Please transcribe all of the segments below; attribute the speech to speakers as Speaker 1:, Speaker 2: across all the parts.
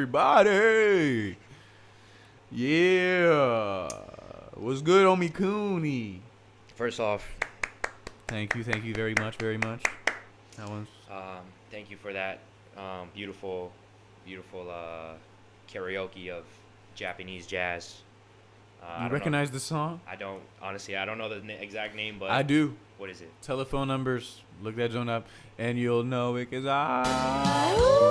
Speaker 1: everybody. Yeah. What's good, Omi Cooney?
Speaker 2: First off,
Speaker 1: Thank you, thank you very much, very much. That one's
Speaker 2: um, thank you for that um, beautiful, beautiful uh, karaoke of Japanese jazz. Uh, I
Speaker 1: you
Speaker 2: don't know-
Speaker 1: recognize the song?
Speaker 2: I don't honestly. I don't know the na- exact name, but
Speaker 1: I do.
Speaker 2: What is it?
Speaker 1: Telephone numbers, look that joint up, and you'll know it because I.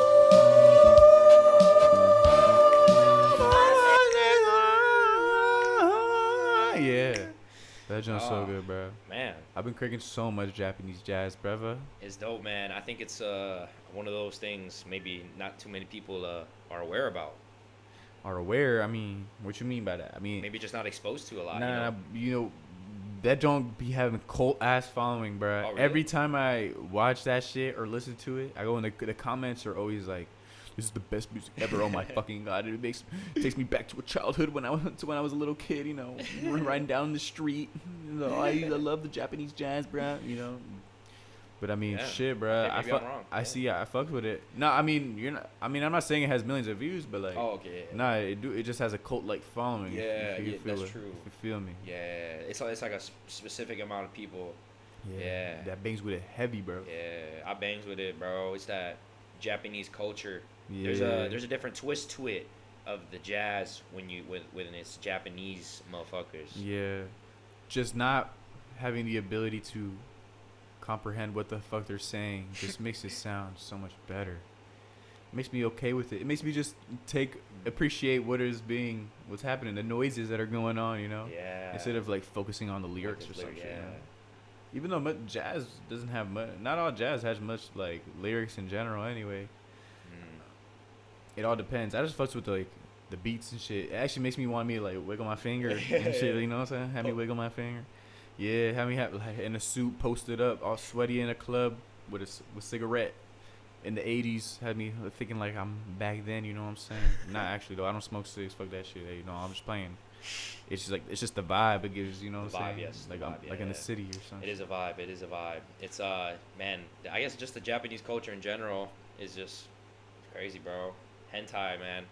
Speaker 1: Yeah, that joint's so
Speaker 2: Oh.
Speaker 1: good, bro.
Speaker 2: Man,
Speaker 1: I've been cranking so much Japanese jazz, brother.
Speaker 2: it's dope, man. I think it's uh, one of those things maybe not too many people uh, are aware about.
Speaker 1: Are aware? I mean, what you mean by that? I mean,
Speaker 2: Maybe just not exposed to a lot.
Speaker 1: Nah,
Speaker 2: you know?
Speaker 1: nah, you know, that don't be having cult ass following, bruh.
Speaker 2: Oh, really?
Speaker 1: Every time I watch that shit or listen to it, I go in the, the comments are always like, "This is the best music ever." oh my fucking god! It makes it takes me back to a childhood when I was to when I was a little kid. You know, riding down the street. You know, I, I love the Japanese jazz, bruh. You know. But I mean,
Speaker 2: Yeah.
Speaker 1: shit, bruh.
Speaker 2: Okay,
Speaker 1: I
Speaker 2: maybe I'm
Speaker 1: fuck.
Speaker 2: wrong.
Speaker 1: I
Speaker 2: Yeah.
Speaker 1: see. I fucked with it. No, I mean, you're not. I mean, I'm not saying it has millions of views, but like,
Speaker 2: Oh, okay. yeah.
Speaker 1: nah, it do. It just has a cult like following. if-
Speaker 2: Yeah,
Speaker 1: if you
Speaker 2: yeah,
Speaker 1: feel
Speaker 2: that's
Speaker 1: it.
Speaker 2: true.
Speaker 1: You feel me?
Speaker 2: Yeah, it's like- it's like a s- specific amount of people. Yeah.
Speaker 1: That bangs with it heavy, bro.
Speaker 2: Yeah, I bangs with it, bro. It's that Japanese culture.
Speaker 1: Yeah.
Speaker 2: There's a there's a different twist to it of the jazz when you when, when it's Japanese motherfuckers.
Speaker 1: yeah. Just not having the ability to comprehend what the fuck they're saying just makes it sound so much better. It makes me okay with it. It makes me just take appreciate what is being what's happening, the noises that are going on, you know.
Speaker 2: Yeah.
Speaker 1: Instead of like focusing on the
Speaker 2: Like
Speaker 1: lyrics
Speaker 2: the
Speaker 1: or
Speaker 2: lyric-
Speaker 1: something.
Speaker 2: yeah.
Speaker 1: Even though mu- jazz doesn't have much, not all jazz has much like lyrics in general. Anyway,
Speaker 2: Mm.
Speaker 1: It all depends. I just fucks with like the beats and shit. It actually makes me want me to like wiggle my finger and shit. You know what I'm saying? Have me wiggle my finger. Yeah, have me have like in a suit posted up, all sweaty in a club with a c- with cigarette. In the '80s, had me thinking like I'm back then. You know what I'm saying? Not actually though. I don't smoke cigs. Fuck that shit. You know, I'm just playing. It's just like it's just the vibe it gives. You know what
Speaker 2: The
Speaker 1: I'm
Speaker 2: vibe,
Speaker 1: saying?
Speaker 2: yes, the
Speaker 1: Like I'm,
Speaker 2: vibe, yeah,
Speaker 1: like in the
Speaker 2: yeah.
Speaker 1: city or something.
Speaker 2: It is a vibe. It is a vibe. It's uh man, I guess just the Japanese culture in general is just crazy, bro. Hentai, man.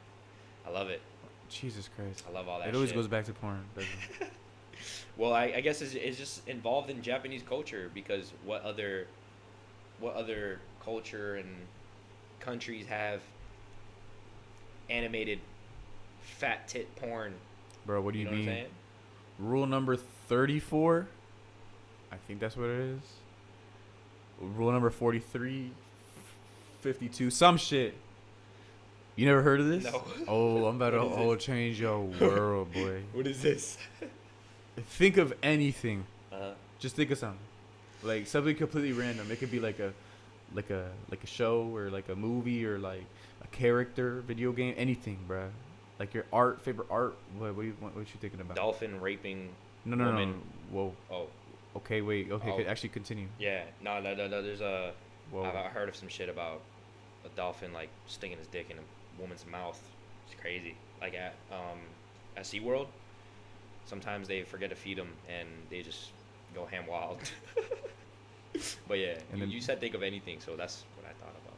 Speaker 2: I love it.
Speaker 1: Jesus Christ.
Speaker 2: I love all that.
Speaker 1: It always
Speaker 2: shit.
Speaker 1: goes back to porn. doesn't it?
Speaker 2: Well, I, I guess it's, it's just involved in Japanese culture because what other, what other culture and countries have animated fat tit porn?
Speaker 1: Bro, what do
Speaker 2: You
Speaker 1: you,
Speaker 2: know what I'm
Speaker 1: mean?
Speaker 2: saying?
Speaker 1: Rule number 34. I think that's what it is. Rule number 43, 52, some shit. You never heard of this?
Speaker 2: No.
Speaker 1: Oh, I'm about to
Speaker 2: What is it?
Speaker 1: oh, change your world, boy.
Speaker 2: What is this?
Speaker 1: Think of anything.
Speaker 2: Uh,
Speaker 1: Just think of something. Like something completely random. It could be like a like a like a show or like a movie or like a character, video game, anything, bruh. Like your art, favorite art. What what, you, what, what you thinking about?
Speaker 2: dolphin raping.
Speaker 1: no, no, no, no.
Speaker 2: woman.
Speaker 1: Whoa.
Speaker 2: Oh
Speaker 1: Okay, wait. Okay,
Speaker 2: Oh.
Speaker 1: could actually continue.
Speaker 2: yeah, no, no, no, no. There's a.
Speaker 1: Whoa.
Speaker 2: I've I heard of some shit about a dolphin like sticking his dick in a woman's mouth. It's crazy. Like at um, at SeaWorld, sometimes they forget to feed them and they just go ham wild. but yeah,
Speaker 1: And
Speaker 2: you,
Speaker 1: then-
Speaker 2: you said think of anything, so that's what I thought about.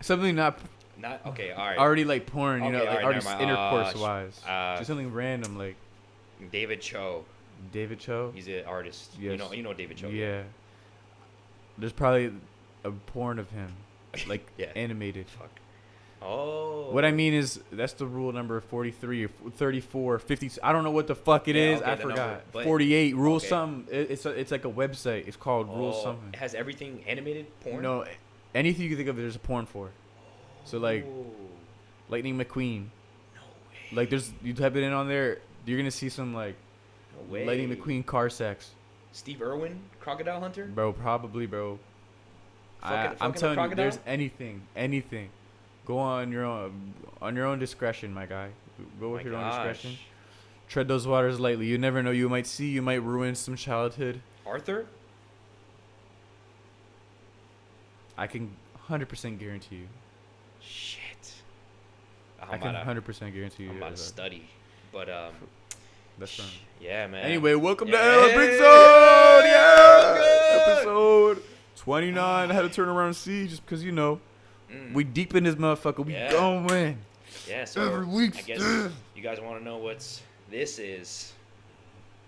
Speaker 1: Something not
Speaker 2: Not
Speaker 1: Uh,
Speaker 2: okay. All right.
Speaker 1: already like porn, you
Speaker 2: Okay,
Speaker 1: know, like
Speaker 2: alright,
Speaker 1: already
Speaker 2: never mind.
Speaker 1: intercourse
Speaker 2: Uh, sh-
Speaker 1: wise.
Speaker 2: uh,
Speaker 1: Just something random like
Speaker 2: David Cho,
Speaker 1: David Cho.
Speaker 2: he's an artist. You
Speaker 1: Yes.
Speaker 2: know, you know David Cho.
Speaker 1: Yeah. There's probably a porn of him, like
Speaker 2: Yeah.
Speaker 1: animated.
Speaker 2: Fuck. Oh.
Speaker 1: What I mean is that's the rule number 43 or 34, 50. I don't know what the fuck it
Speaker 2: Yeah,
Speaker 1: is.
Speaker 2: okay,
Speaker 1: I
Speaker 2: the number,
Speaker 1: forgot.
Speaker 2: but-
Speaker 1: 48 rule
Speaker 2: okay.
Speaker 1: something. It, it's a, it's like a website. It's called rule
Speaker 2: oh,
Speaker 1: something.
Speaker 2: It has everything animated porn.
Speaker 1: No, anything you can think of there's a porn for. So like
Speaker 2: Oh.
Speaker 1: Lightning McQueen.
Speaker 2: No way.
Speaker 1: Like there's you type it in on there, you're gonna see some like
Speaker 2: no way.
Speaker 1: Lightning McQueen car sex,
Speaker 2: Steve Irwin, Crocodile Hunter.
Speaker 1: bro. Probably, bro. I,
Speaker 2: Fucking-
Speaker 1: I'm
Speaker 2: fucking a
Speaker 1: telling you, there's
Speaker 2: crocodile?
Speaker 1: anything, anything. Go on your own, on your own discretion, my guy. Go with
Speaker 2: My
Speaker 1: your
Speaker 2: gosh.
Speaker 1: own discretion. Tread those waters lightly. You never know. You might see. You might ruin some childhood.
Speaker 2: Arthur?
Speaker 1: I can 100% guarantee you.
Speaker 2: Shit.
Speaker 1: i
Speaker 2: I'm
Speaker 1: can
Speaker 2: about
Speaker 1: 100% guarantee
Speaker 2: to,
Speaker 1: you.
Speaker 2: I'm about to
Speaker 1: that.
Speaker 2: study. But, um,
Speaker 1: That's fine.
Speaker 2: yeah, man.
Speaker 1: Anyway, welcome to
Speaker 2: Yeah.
Speaker 1: L episode.
Speaker 2: Yeah.
Speaker 1: Yeah, episode 29. I had to turn around and see just because you know
Speaker 2: Mm.
Speaker 1: we deep in this motherfucker. We
Speaker 2: Yeah.
Speaker 1: going.
Speaker 2: Yeah, so
Speaker 1: Every week.
Speaker 2: I guess you guys want to know what's this is.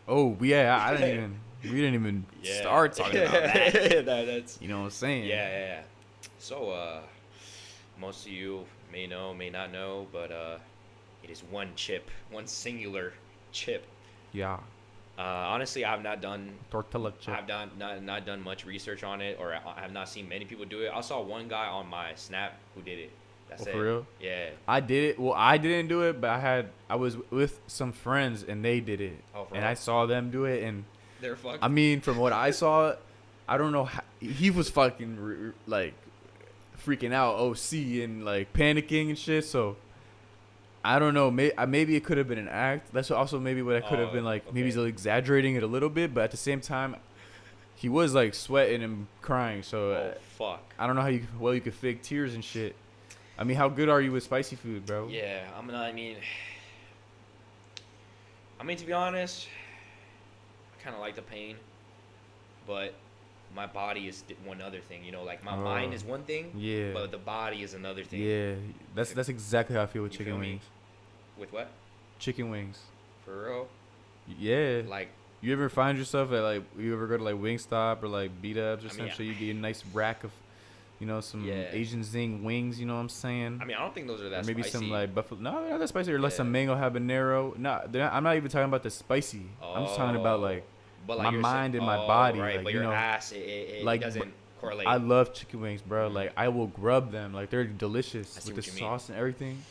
Speaker 1: Oh yeah, I, I didn't even. We didn't even
Speaker 2: Yeah.
Speaker 1: start talking about that.
Speaker 2: No, that's
Speaker 1: You know what I'm saying?
Speaker 2: yeah, yeah, yeah. So uh, most of you may know, may not know, but uh, it is one chip, one singular chip.
Speaker 1: Yeah.
Speaker 2: Uh, honestly, I've not done
Speaker 1: Tortilla chip.
Speaker 2: I've not, not not done much research on it, or I I have not seen many people do it. I saw one guy on my Snap who did it. That's
Speaker 1: Oh,
Speaker 2: it.
Speaker 1: for real?
Speaker 2: Yeah.
Speaker 1: I did it. Well, I didn't do it, but I had I was with some friends and they did it,
Speaker 2: Oh, for
Speaker 1: and
Speaker 2: real?
Speaker 1: I saw them do it. And
Speaker 2: They're fucked.
Speaker 1: I mean, from what I saw, I don't know. How, he was fucking re- re- like freaking out, OC, and like panicking and shit. So I don't know. May, I- maybe it could have been an act. That's also maybe what I could have
Speaker 2: Oh,
Speaker 1: been like. Maybe he's
Speaker 2: okay.
Speaker 1: exaggerating it a little bit, but at the same time, he was like sweating and crying. So
Speaker 2: oh
Speaker 1: uh,
Speaker 2: fuck.
Speaker 1: I don't know how you well you could fake tears and shit. I mean, how good are you with spicy food, bro?
Speaker 2: Yeah, I'm not. I mean, I mean to be honest, I kind of like the pain, but my body is di- one other thing. You know, like my mind
Speaker 1: Oh.
Speaker 2: is one thing,
Speaker 1: Yeah.
Speaker 2: but the body is another thing.
Speaker 1: Yeah, that's that's exactly how I feel with
Speaker 2: You
Speaker 1: chicken
Speaker 2: feel me?
Speaker 1: wings.
Speaker 2: With what?
Speaker 1: Chicken wings.
Speaker 2: For real?
Speaker 1: Yeah.
Speaker 2: Like
Speaker 1: you ever find yourself at like you ever go to like Wingstop or like Beat Ups or
Speaker 2: I mean,
Speaker 1: some
Speaker 2: yeah.
Speaker 1: shit? You get a nice rack of, you know, some
Speaker 2: Yeah.
Speaker 1: Asian zing wings. You know what I'm saying?
Speaker 2: I mean, I don't think those are
Speaker 1: Or
Speaker 2: that
Speaker 1: maybe
Speaker 2: spicy.
Speaker 1: some like buffalo. No, they're not that spicy. Or like
Speaker 2: Yeah.
Speaker 1: some mango habanero. No, they're not, I'm not even talking about the spicy. I'm just talking about
Speaker 2: Oh.
Speaker 1: like
Speaker 2: but
Speaker 1: my
Speaker 2: you're
Speaker 1: mind and my
Speaker 2: oh,
Speaker 1: body,
Speaker 2: Right,
Speaker 1: like,
Speaker 2: but
Speaker 1: you
Speaker 2: your
Speaker 1: know,
Speaker 2: ass, it, it, it
Speaker 1: like,
Speaker 2: doesn't correlate.
Speaker 1: I love chicken wings, bro. Like I will grub them. Like they're delicious
Speaker 2: Mm-hmm. I see
Speaker 1: with the
Speaker 2: what you mean.
Speaker 1: sauce and everything.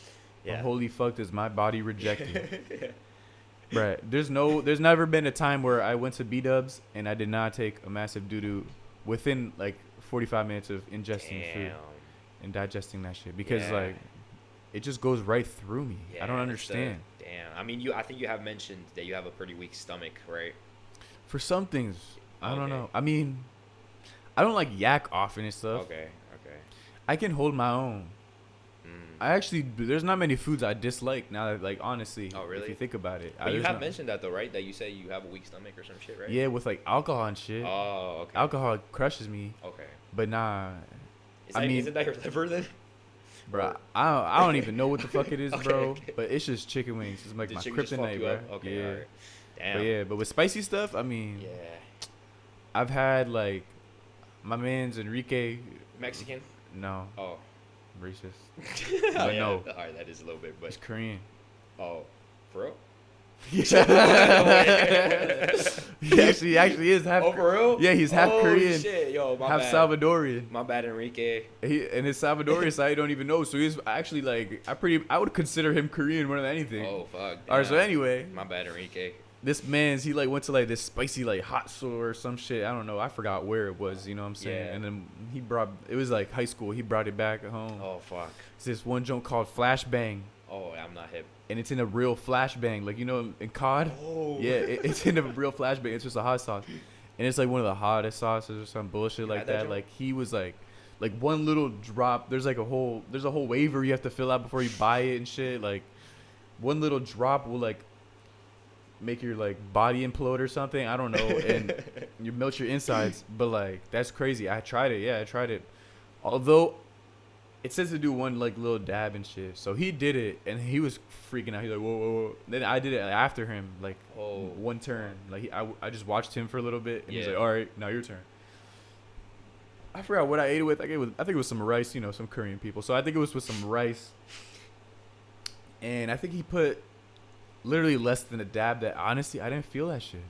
Speaker 1: But
Speaker 2: yeah.
Speaker 1: holy fuck, does my body reject it? Bruh, there's no, there's never been a time where I went to B Dubs and I did not take a massive doo doo within like 45 minutes of ingesting food
Speaker 2: Damn.
Speaker 1: and digesting that shit because
Speaker 2: Yeah.
Speaker 1: like it just goes right through me.
Speaker 2: Yeah,
Speaker 1: I don't
Speaker 2: that's the-
Speaker 1: understand.
Speaker 2: damn. I mean, you. I think you have mentioned that you have a pretty weak stomach, right?
Speaker 1: For some things, I don't
Speaker 2: Okay.
Speaker 1: know. I mean, I don't like yak often and stuff.
Speaker 2: Okay. Okay.
Speaker 1: I can hold my own.
Speaker 2: Mm.
Speaker 1: I actually, there's not many foods I dislike now that like honestly,
Speaker 2: Oh,
Speaker 1: if
Speaker 2: really?
Speaker 1: you think about it. I-
Speaker 2: But you
Speaker 1: there's
Speaker 2: have
Speaker 1: not-
Speaker 2: mentioned that though, right? That you say you have a weak stomach or some shit, right?
Speaker 1: Yeah, with like alcohol and shit.
Speaker 2: Oh, okay.
Speaker 1: Alcohol crushes me,
Speaker 2: Okay.
Speaker 1: but nah,
Speaker 2: Is
Speaker 1: I
Speaker 2: that,
Speaker 1: mean-
Speaker 2: isn't that your liver then?
Speaker 1: Bro,
Speaker 2: Or-
Speaker 1: I don't, I don't even know what the fuck it is,
Speaker 2: Okay,
Speaker 1: bro.
Speaker 2: okay.
Speaker 1: But it's just chicken wings. It's like
Speaker 2: Did
Speaker 1: my
Speaker 2: chicken just fuck
Speaker 1: kryptonite,
Speaker 2: you
Speaker 1: bro.
Speaker 2: up? Okay.
Speaker 1: yeah.
Speaker 2: alright. Damn.
Speaker 1: But yeah, but with spicy stuff, I mean,
Speaker 2: yeah.
Speaker 1: I've had like my man's Enrique.
Speaker 2: Mexican.
Speaker 1: No,
Speaker 2: Oh.
Speaker 1: racist.
Speaker 2: Oh, yeah.
Speaker 1: no.
Speaker 2: All right, that is a little bit,
Speaker 1: It's
Speaker 2: but
Speaker 1: Korean.
Speaker 2: oh, bro.
Speaker 1: he
Speaker 2: Wait.
Speaker 1: actually, he actually is half.
Speaker 2: oh, for real?
Speaker 1: Yeah, he's half
Speaker 2: Oh,
Speaker 1: Korean,
Speaker 2: Shit, yo, my
Speaker 1: half
Speaker 2: bad.
Speaker 1: Salvadorian.
Speaker 2: My bad, Enrique.
Speaker 1: He and his Salvadorian side, I don't even know. So he's actually like, I pretty, I would consider him Korean more than anything.
Speaker 2: Oh fuck.
Speaker 1: All right. So
Speaker 2: damn.
Speaker 1: anyway,
Speaker 2: My bad, Enrique.
Speaker 1: this man's he like went to like this spicy like hot store or some shit. I don't know. I forgot where it was. You know what I'm saying?
Speaker 2: Yeah.
Speaker 1: And then he brought it was like high school. He brought it back home.
Speaker 2: Oh fuck.
Speaker 1: It's this one joint called Flashbang,
Speaker 2: Oh, I'm not hip.
Speaker 1: and it's in a real flashbang. Like you know in COD.
Speaker 2: Oh.
Speaker 1: Yeah, it, it's in a real flashbang. It's just a hot sauce, and it's like one of the hottest sauces or some bullshit
Speaker 2: You
Speaker 1: like
Speaker 2: had that
Speaker 1: that.
Speaker 2: joint?
Speaker 1: Like he was like. Like one little drop, there's like a whole, there's a whole waiver you have to fill out before you buy it and shit. Like, one little drop will like make your like body implode or something. I don't know, and you melt your insides. But like that's crazy. I tried it. Yeah, I tried it. Although it says to do one like little dab and shit. So he did it, and he was freaking out. He's like, whoa, whoa, whoa. Then I did it after him, like
Speaker 2: Oh.
Speaker 1: one turn. Like he, I, I just watched him for a little bit, and he's
Speaker 2: Yeah.
Speaker 1: like, all right, now your turn. I forgot what I ate it with. I, ate it with. I think it was some rice, you know, some Korean people. So I think it was with some rice. And I think he put literally less than a dab that honestly, I didn't feel that shit.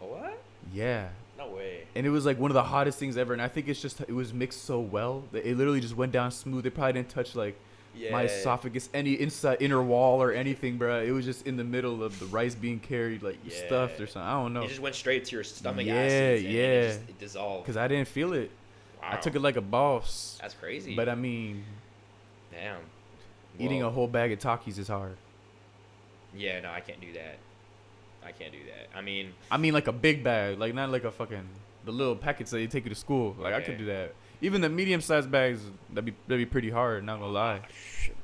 Speaker 2: Oh, What?
Speaker 1: Yeah.
Speaker 2: No way.
Speaker 1: And it was like one of the hottest things ever. And I think it's just, it was mixed so well that it literally just went down smooth. They probably didn't touch like
Speaker 2: Yeah.
Speaker 1: my esophagus, any inside inner wall or anything, bruh. It was just in the middle of the rice being carried, like
Speaker 2: Yeah.
Speaker 1: stuffed or something. I don't know.
Speaker 2: It just went straight to your stomach
Speaker 1: Yeah,
Speaker 2: acids. and
Speaker 1: yeah.
Speaker 2: It, just, it dissolved.
Speaker 1: Because I didn't feel it. I
Speaker 2: Wow.
Speaker 1: took it like a boss.
Speaker 2: That's crazy.
Speaker 1: But I mean,
Speaker 2: damn.
Speaker 1: eating
Speaker 2: Well,
Speaker 1: a whole bag of Takis is hard.
Speaker 2: Yeah, no, I can't do that. I can't do that. I mean,
Speaker 1: I mean, like a big bag, like not like a fucking the little packets that they take you to school. Like I could
Speaker 2: Okay.
Speaker 1: do that. Even the medium sized bags, that'd be that'd be pretty hard. Not gonna lie.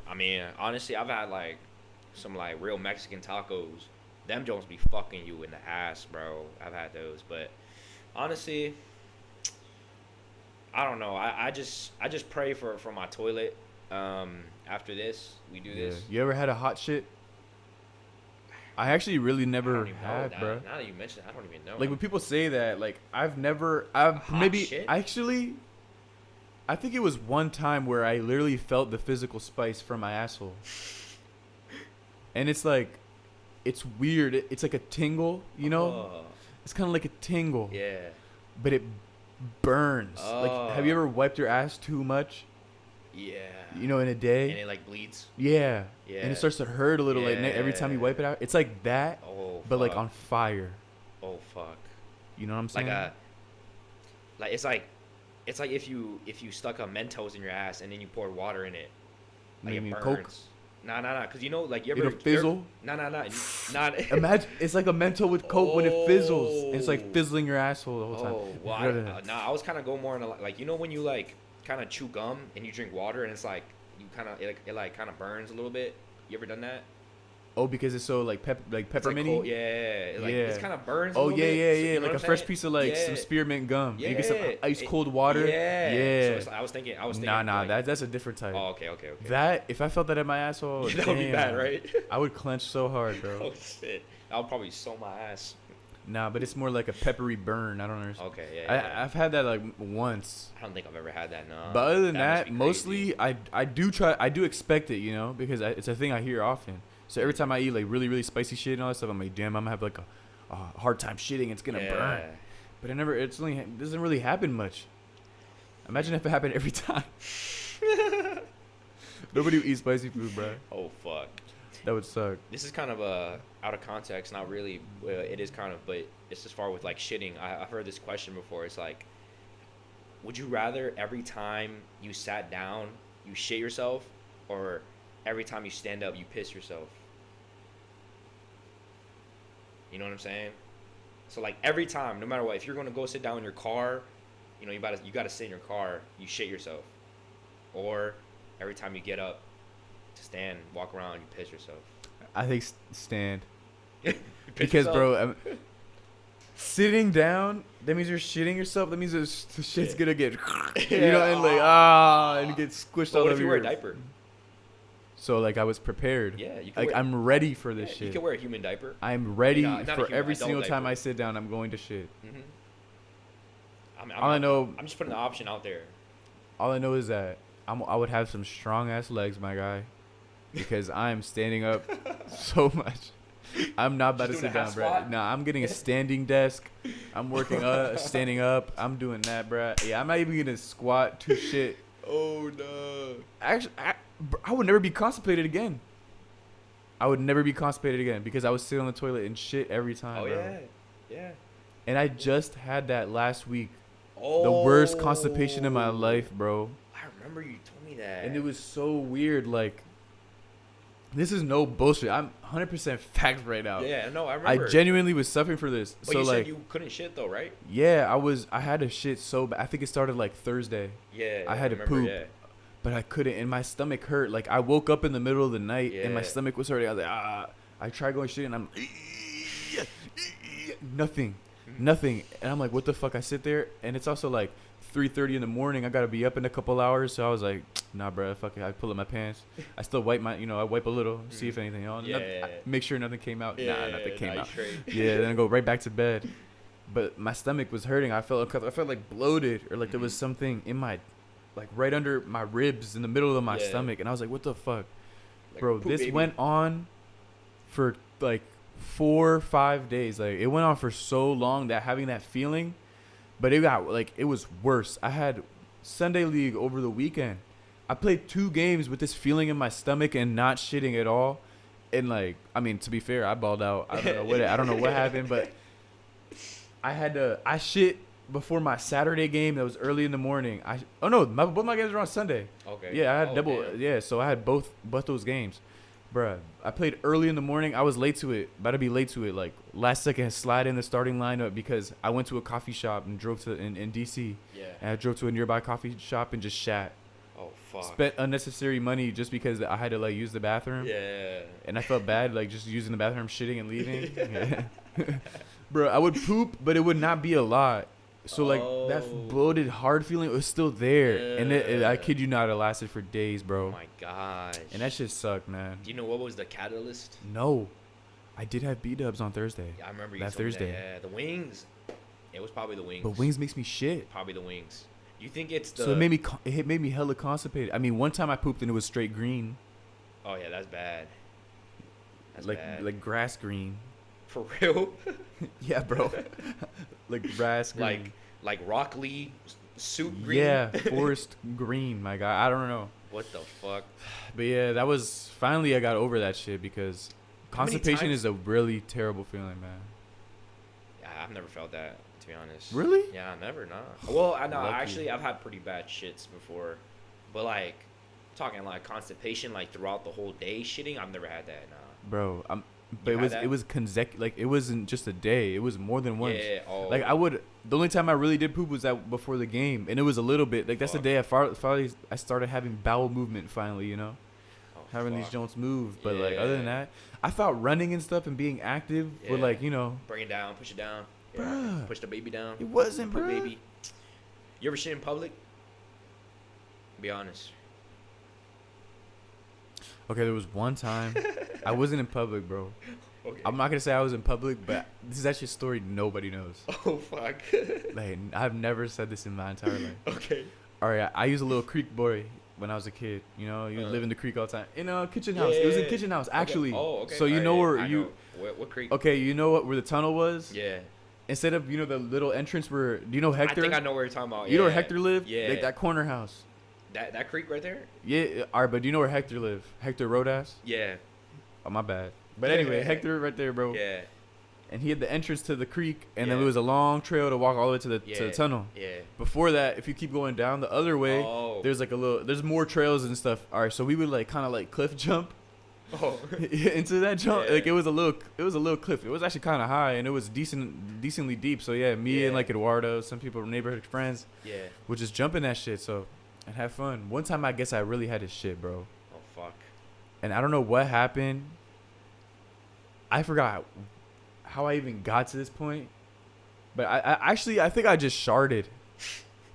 Speaker 2: I mean, honestly, I've had like some like real Mexican tacos. Them Jones be fucking you in the ass, bro. I've had those, but honestly, I don't know. I, I just I just pray for for my toilet Um, after this, we do
Speaker 1: Yeah.
Speaker 2: this.
Speaker 1: You ever had a hot shit? I actually really
Speaker 2: I don't
Speaker 1: never
Speaker 2: even know.
Speaker 1: had,
Speaker 2: Now-
Speaker 1: bro.
Speaker 2: Now, that you mention it, I don't even know.
Speaker 1: Like when people say that, like I've never, I've
Speaker 2: hot
Speaker 1: maybe
Speaker 2: shit?
Speaker 1: actually, I think it was one time where I literally felt the physical spice from my asshole, and it's like, it's weird. It- It's like a tingle, you know.
Speaker 2: Oh,
Speaker 1: It's kind of like a tingle,
Speaker 2: yeah.
Speaker 1: but it burns. Like, have you
Speaker 2: Oh.
Speaker 1: ever wiped your ass too much,
Speaker 2: Yeah.
Speaker 1: you know, in a
Speaker 2: and
Speaker 1: day?
Speaker 2: it like bleeds.
Speaker 1: yeah. And
Speaker 2: Yeah.
Speaker 1: it starts to hurt a little like ne- every time you
Speaker 2: Yeah.
Speaker 1: wipe it out. It's like that,
Speaker 2: Oh.
Speaker 1: but like
Speaker 2: fuck.
Speaker 1: on fire.
Speaker 2: Oh fuck.
Speaker 1: You know what I'm saying?
Speaker 2: Like a. Like it's like, it's like if you if you stuck a Mentos in your ass and then you poured water in it, like
Speaker 1: Maybe
Speaker 2: it
Speaker 1: Coke?
Speaker 2: burns. Nah, nah, nah. Cause you know, like you ever
Speaker 1: It'll
Speaker 2: you ever-
Speaker 1: fizzle?
Speaker 2: Nah, nah, nah. you- Not.
Speaker 1: Imagine it's like a mental with coke when it fizzles. and it's like
Speaker 2: Oh.
Speaker 1: fizzling your asshole the whole time.
Speaker 2: Oh, well, I, uh, nah, I was kind of go more in a, li- like you know when you like kind of chew gum and you drink water and it's like you kind of it, like- it like kind of burns a little bit. You ever done that?
Speaker 1: oh, because it's so like pep like
Speaker 2: It's, like,
Speaker 1: peppermint.
Speaker 2: cold- yeah, it, like it's
Speaker 1: Yeah.
Speaker 2: kind of burns. a
Speaker 1: Oh
Speaker 2: little
Speaker 1: yeah,
Speaker 2: bit,
Speaker 1: yeah,
Speaker 2: so- you
Speaker 1: yeah.
Speaker 2: know
Speaker 1: Like
Speaker 2: what
Speaker 1: a
Speaker 2: I'm
Speaker 1: fresh
Speaker 2: saying?
Speaker 1: piece of like
Speaker 2: Yeah.
Speaker 1: some spearmint gum. You get some
Speaker 2: Yeah.
Speaker 1: ice
Speaker 2: It-
Speaker 1: cold water.
Speaker 2: Yeah. So
Speaker 1: Yeah.
Speaker 2: it's- I was thinking. I was thinking.
Speaker 1: nah, nah.
Speaker 2: like,
Speaker 1: that that's a different type.
Speaker 2: Oh, okay, okay, okay.
Speaker 1: That if I felt that in my asshole,
Speaker 2: that would
Speaker 1: damn,
Speaker 2: be bad, right?
Speaker 1: I would clench so hard, bro.
Speaker 2: oh shit! I'll probably sew my ass.
Speaker 1: Nah, but it's more like a peppery burn. I don't understand.
Speaker 2: Okay, yeah. yeah.
Speaker 1: I,
Speaker 2: I,
Speaker 1: I've had that like once,
Speaker 2: don't think I've ever had Um, that. No.
Speaker 1: but other than
Speaker 2: must
Speaker 1: that,
Speaker 2: be crazy.
Speaker 1: mostly I I do try I do expect it, you know, because I, it's a thing I hear often. So every time I eat like really really spicy shit and all that stuff, I'm like, damn, I'm gonna have like a, a hard time shitting. It's gonna burn.
Speaker 2: Yeah.
Speaker 1: But it never it's only it doesn't really happen much. Imagine if it happened every time. Nobody would eat spicy food, bro.
Speaker 2: Oh fuck.
Speaker 1: That would suck.
Speaker 2: this is kind of uh, out of context, not really. Uh, it is kind of, but it's as far with like shitting. I, I've heard this question before. It's like, would you rather every time you sat down you shit yourself, or every time you stand up you piss yourself? You know what I'm saying? So like every time, no matter what, if you're gonna go sit down in your car, you know you gotta you gotta sit in your car, you shit yourself, or every time you get up to stand, walk around, you piss yourself.
Speaker 1: I think s- stand
Speaker 2: You piss
Speaker 1: because,
Speaker 2: yourself.
Speaker 1: bro, um sitting down that means you're shitting yourself. That means it's, the shit's
Speaker 2: Yeah.
Speaker 1: gonna get you
Speaker 2: Yeah.
Speaker 1: know and like ah and get squished
Speaker 2: But
Speaker 1: all over
Speaker 2: what if you wear a
Speaker 1: your-
Speaker 2: diaper?
Speaker 1: So like I was prepared.
Speaker 2: Yeah, you can
Speaker 1: Like
Speaker 2: wear,
Speaker 1: I'm ready for
Speaker 2: yeah,
Speaker 1: this
Speaker 2: You
Speaker 1: shit.
Speaker 2: can wear a human diaper.
Speaker 1: I'm ready
Speaker 2: Nah, not a
Speaker 1: for
Speaker 2: human,
Speaker 1: every
Speaker 2: adult
Speaker 1: single time
Speaker 2: diaper.
Speaker 1: I sit down. I'm going to shit.
Speaker 2: Mm-hmm. I'm,
Speaker 1: All I
Speaker 2: I'm,
Speaker 1: know,
Speaker 2: I'm just putting the option out there.
Speaker 1: all I know is that I'm, I would have some strong ass legs, my guy, because I'm standing up so much. I'm not about
Speaker 2: Just
Speaker 1: to sit
Speaker 2: doing a
Speaker 1: down,
Speaker 2: half
Speaker 1: bro.
Speaker 2: squat?
Speaker 1: Nah, I'm getting a standing desk. I'm working up, standing up. I'm doing that, bro. Yeah, I'm not even gonna squat to shit.
Speaker 2: Oh no.
Speaker 1: Actually, I, br- I would never be constipated again. I would never be constipated again because I would sit on the toilet and shit every time,
Speaker 2: Oh
Speaker 1: bro.
Speaker 2: yeah, yeah.
Speaker 1: And I just had that last week.
Speaker 2: Oh.
Speaker 1: The worst constipation in my life, bro.
Speaker 2: I remember you told me that.
Speaker 1: And it was so weird. Like, this is no bullshit. I'm 100% fact right now.
Speaker 2: Yeah, no, I
Speaker 1: I
Speaker 2: remember.
Speaker 1: genuinely was suffering for this.
Speaker 2: But
Speaker 1: so
Speaker 2: you
Speaker 1: like,
Speaker 2: said you couldn't shit though, right?
Speaker 1: yeah, I was. I had a shit so bad. I think it started like Thursday,
Speaker 2: Yeah.
Speaker 1: I had to
Speaker 2: remember,
Speaker 1: poop.
Speaker 2: Yeah.
Speaker 1: but I couldn't, and my stomach hurt. Like I woke up in the middle of the night, and my
Speaker 2: Yeah.
Speaker 1: stomach was hurting. I was like, ah. I tried going shit, and I'm nothing, nothing. And I'm like, what the fuck? I sit there, and it's also like 3:30 in the morning. I gotta be up in a couple hours, so I was like, nah, bro, fuck it. I pull up my pants. I still wipe my, you know, I wipe a little, see if anything. Oh,
Speaker 2: Mm-hmm. Yeah,
Speaker 1: noth-
Speaker 2: yeah,
Speaker 1: I-
Speaker 2: yeah.
Speaker 1: make sure nothing came out. nah,
Speaker 2: yeah,
Speaker 1: nothing
Speaker 2: nah,
Speaker 1: came
Speaker 2: you
Speaker 1: out.
Speaker 2: straight.
Speaker 1: Yeah, then I go right back to bed. But my stomach was hurting. I felt I felt like bloated or like there was
Speaker 2: Mhm.
Speaker 1: something in my like right under my ribs in the middle of my
Speaker 2: Yeah.
Speaker 1: stomach and I was like, "What the fuck?"
Speaker 2: Like,
Speaker 1: Bro,
Speaker 2: poop
Speaker 1: this
Speaker 2: baby.
Speaker 1: went on for like 4 5 days. Like it went on for so long that having that feeling, but it got like it was worse. I had Sunday league over the weekend. I played two games with this feeling in my stomach and not shitting at all. And like, I mean, to be fair, I balled out. I don't know what I don't know what happened, but I had to. I shit before my Saturday game that was early in the morning. I oh no, my, both my games were on Sunday.
Speaker 2: Okay.
Speaker 1: Yeah, I had
Speaker 2: Oh,
Speaker 1: double. uh,
Speaker 2: damn.
Speaker 1: Yeah, so I had both both those games, bruh. I played early in the morning. I was late to it, about to be late to it. Like last second, slide in the starting lineup because I went to a coffee shop and drove to in, in DC.
Speaker 2: Yeah.
Speaker 1: And I drove to a nearby coffee shop and just shat.
Speaker 2: Oh fuck.
Speaker 1: Spent unnecessary money just because I had to like use the bathroom.
Speaker 2: Yeah.
Speaker 1: And I felt bad like just using the bathroom, shitting and leaving. Bro, I would poop, but it would not be a lot. So like
Speaker 2: Oh.
Speaker 1: that bloated hard feeling was still there, and it, it- I
Speaker 2: Yeah.
Speaker 1: kid you not, it lasted for days,
Speaker 2: Oh
Speaker 1: bro.
Speaker 2: my gosh.
Speaker 1: and that shit sucked, man.
Speaker 2: Do you know what was the catalyst?
Speaker 1: No, I did have B dubs on Thursday,
Speaker 2: Yeah, I remember you
Speaker 1: That
Speaker 2: told me
Speaker 1: Thursday.
Speaker 2: Yeah, the wings. It was probably the wings.
Speaker 1: but wings makes me shit.
Speaker 2: Probably the wings. You think it's the?
Speaker 1: So it made me con- it made me hella constipated. I mean, one time I pooped and it was straight green,
Speaker 2: Oh yeah, that's bad. That's
Speaker 1: like
Speaker 2: bad.
Speaker 1: like grass green.
Speaker 2: for real.
Speaker 1: Yeah, bro. like grass green.
Speaker 2: like like Rock Lee s- suit green.
Speaker 1: Yeah, forest green. My guy, I don't know.
Speaker 2: what the fuck?
Speaker 1: But yeah, that was finally I got over that shit because
Speaker 2: How many
Speaker 1: constipation
Speaker 2: times-
Speaker 1: is a really terrible feeling, man.
Speaker 2: Yeah, I've never felt that to be honest.
Speaker 1: Really?
Speaker 2: Yeah, never. Nah. Well, I know.
Speaker 1: Lucky.
Speaker 2: Actually, I've had pretty bad shits before, but like talking like constipation like throughout the whole day shitting. I've never had that. Nah.
Speaker 1: bro. I'm, but it
Speaker 2: had
Speaker 1: was
Speaker 2: that?
Speaker 1: it was consecutive. Like it wasn't just a day. It was more than once.
Speaker 2: Yeah. Oh.
Speaker 1: Like I would. The only time I really did poop was that before the game, and it was a little bit. Like that's
Speaker 2: Fuck.
Speaker 1: the day I far, finally I started having bowel movement. Finally, you know,
Speaker 2: oh,
Speaker 1: having these
Speaker 2: fuck.
Speaker 1: joints move. But like other than
Speaker 2: Yeah.
Speaker 1: that, I thought running and stuff and being active were
Speaker 2: Yeah.
Speaker 1: like you know.
Speaker 2: Bring it down. Push it down. Yeah.
Speaker 1: Bruh.
Speaker 2: Push the baby down.
Speaker 1: It wasn't,
Speaker 2: Put
Speaker 1: bruh.
Speaker 2: Baby. You ever shit in public? Be honest.
Speaker 1: Okay, there was one time I wasn't in public, bro.
Speaker 2: Okay.
Speaker 1: I'm not gonna say I was in public, but this is actually a story nobody knows.
Speaker 2: oh fuck.
Speaker 1: Like I've never said this in my entire life.
Speaker 2: okay.
Speaker 1: All right, I used a little creek boy when I was a kid. You know, you
Speaker 2: Uh.
Speaker 1: live in the creek all the time. In a kitchen house. It was a
Speaker 2: Yeah.
Speaker 1: kitchen house,
Speaker 2: Okay.
Speaker 1: actually.
Speaker 2: Oh, okay.
Speaker 1: So you
Speaker 2: Alright,
Speaker 1: know
Speaker 2: yeah,
Speaker 1: where
Speaker 2: I
Speaker 1: you?
Speaker 2: know. What, what creek?
Speaker 1: Okay, you know what where the tunnel was?
Speaker 2: Yeah.
Speaker 1: Instead of you know the little entrance where do you know Hector?
Speaker 2: I think I know where you're talking about.
Speaker 1: You know where
Speaker 2: yeah.
Speaker 1: Hector lived?
Speaker 2: Yeah.
Speaker 1: Like that corner house.
Speaker 2: that that creek right there.
Speaker 1: Yeah. All right, but do you know where Hector lived? Hector Rodas.
Speaker 2: Yeah.
Speaker 1: Oh my bad. But anyway, Hector right there, bro.
Speaker 2: Yeah.
Speaker 1: And he had the entrance to the creek, and then
Speaker 2: Yeah.
Speaker 1: there was a long trail to walk all the way to the to
Speaker 2: Yeah.
Speaker 1: the tunnel.
Speaker 2: Yeah.
Speaker 1: Before that, if you keep going down the other way,
Speaker 2: Oh.
Speaker 1: there's like a little there's more trails and stuff all right so we would like kind of like cliff jump
Speaker 2: Oh.
Speaker 1: into that jump
Speaker 2: Yeah.
Speaker 1: like it was a little it was a little cliff it was actually kind of high and it was decent decently deep so yeah me
Speaker 2: Yeah.
Speaker 1: and like eduardo some people neighborhood friends
Speaker 2: yeah.
Speaker 1: would just jump in that shit so and have fun one time i guess i really had to shit bro
Speaker 2: Oh fuck.
Speaker 1: and i don't know what happened i forgot how i even got to this point but i, I actually i think i just sharded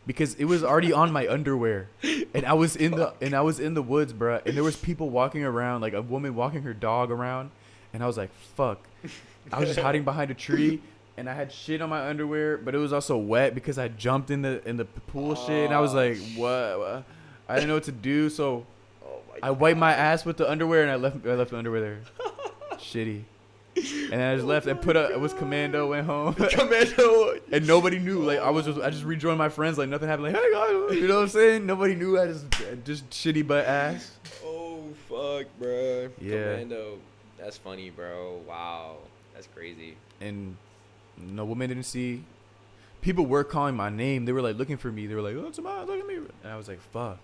Speaker 1: because it was already on my underwear and I was in the and I was in the woods, bruh, and there was people walking around, like a woman walking her dog around, and I was like, "Fuck!" I was just hiding behind a tree, and I had shit on my underwear, but it was also wet because I jumped in the in the pool shit, and I was
Speaker 2: Oh,
Speaker 1: like, "What?" what?" I didn't know what to do, so
Speaker 2: Oh my.
Speaker 1: I wiped my ass with the underwear, and I left I left the underwear there. Shitty. And I just left. and put up. It was commando. Went home.
Speaker 2: Commando.
Speaker 1: and nobody knew. Like I was just, I just rejoined my friends. Like nothing happened. Like hey guys, you know what I'm saying? Nobody knew. I just, just shitty butt ass.
Speaker 2: Oh fuck, bro.
Speaker 1: Yeah.
Speaker 2: Commando. That's funny, bro. Wow. That's crazy.
Speaker 1: And no woman didn't see. People were calling my name. They were like looking for me. They were like, "Oh, Tamar, look at me!" And I was like, "Fuck."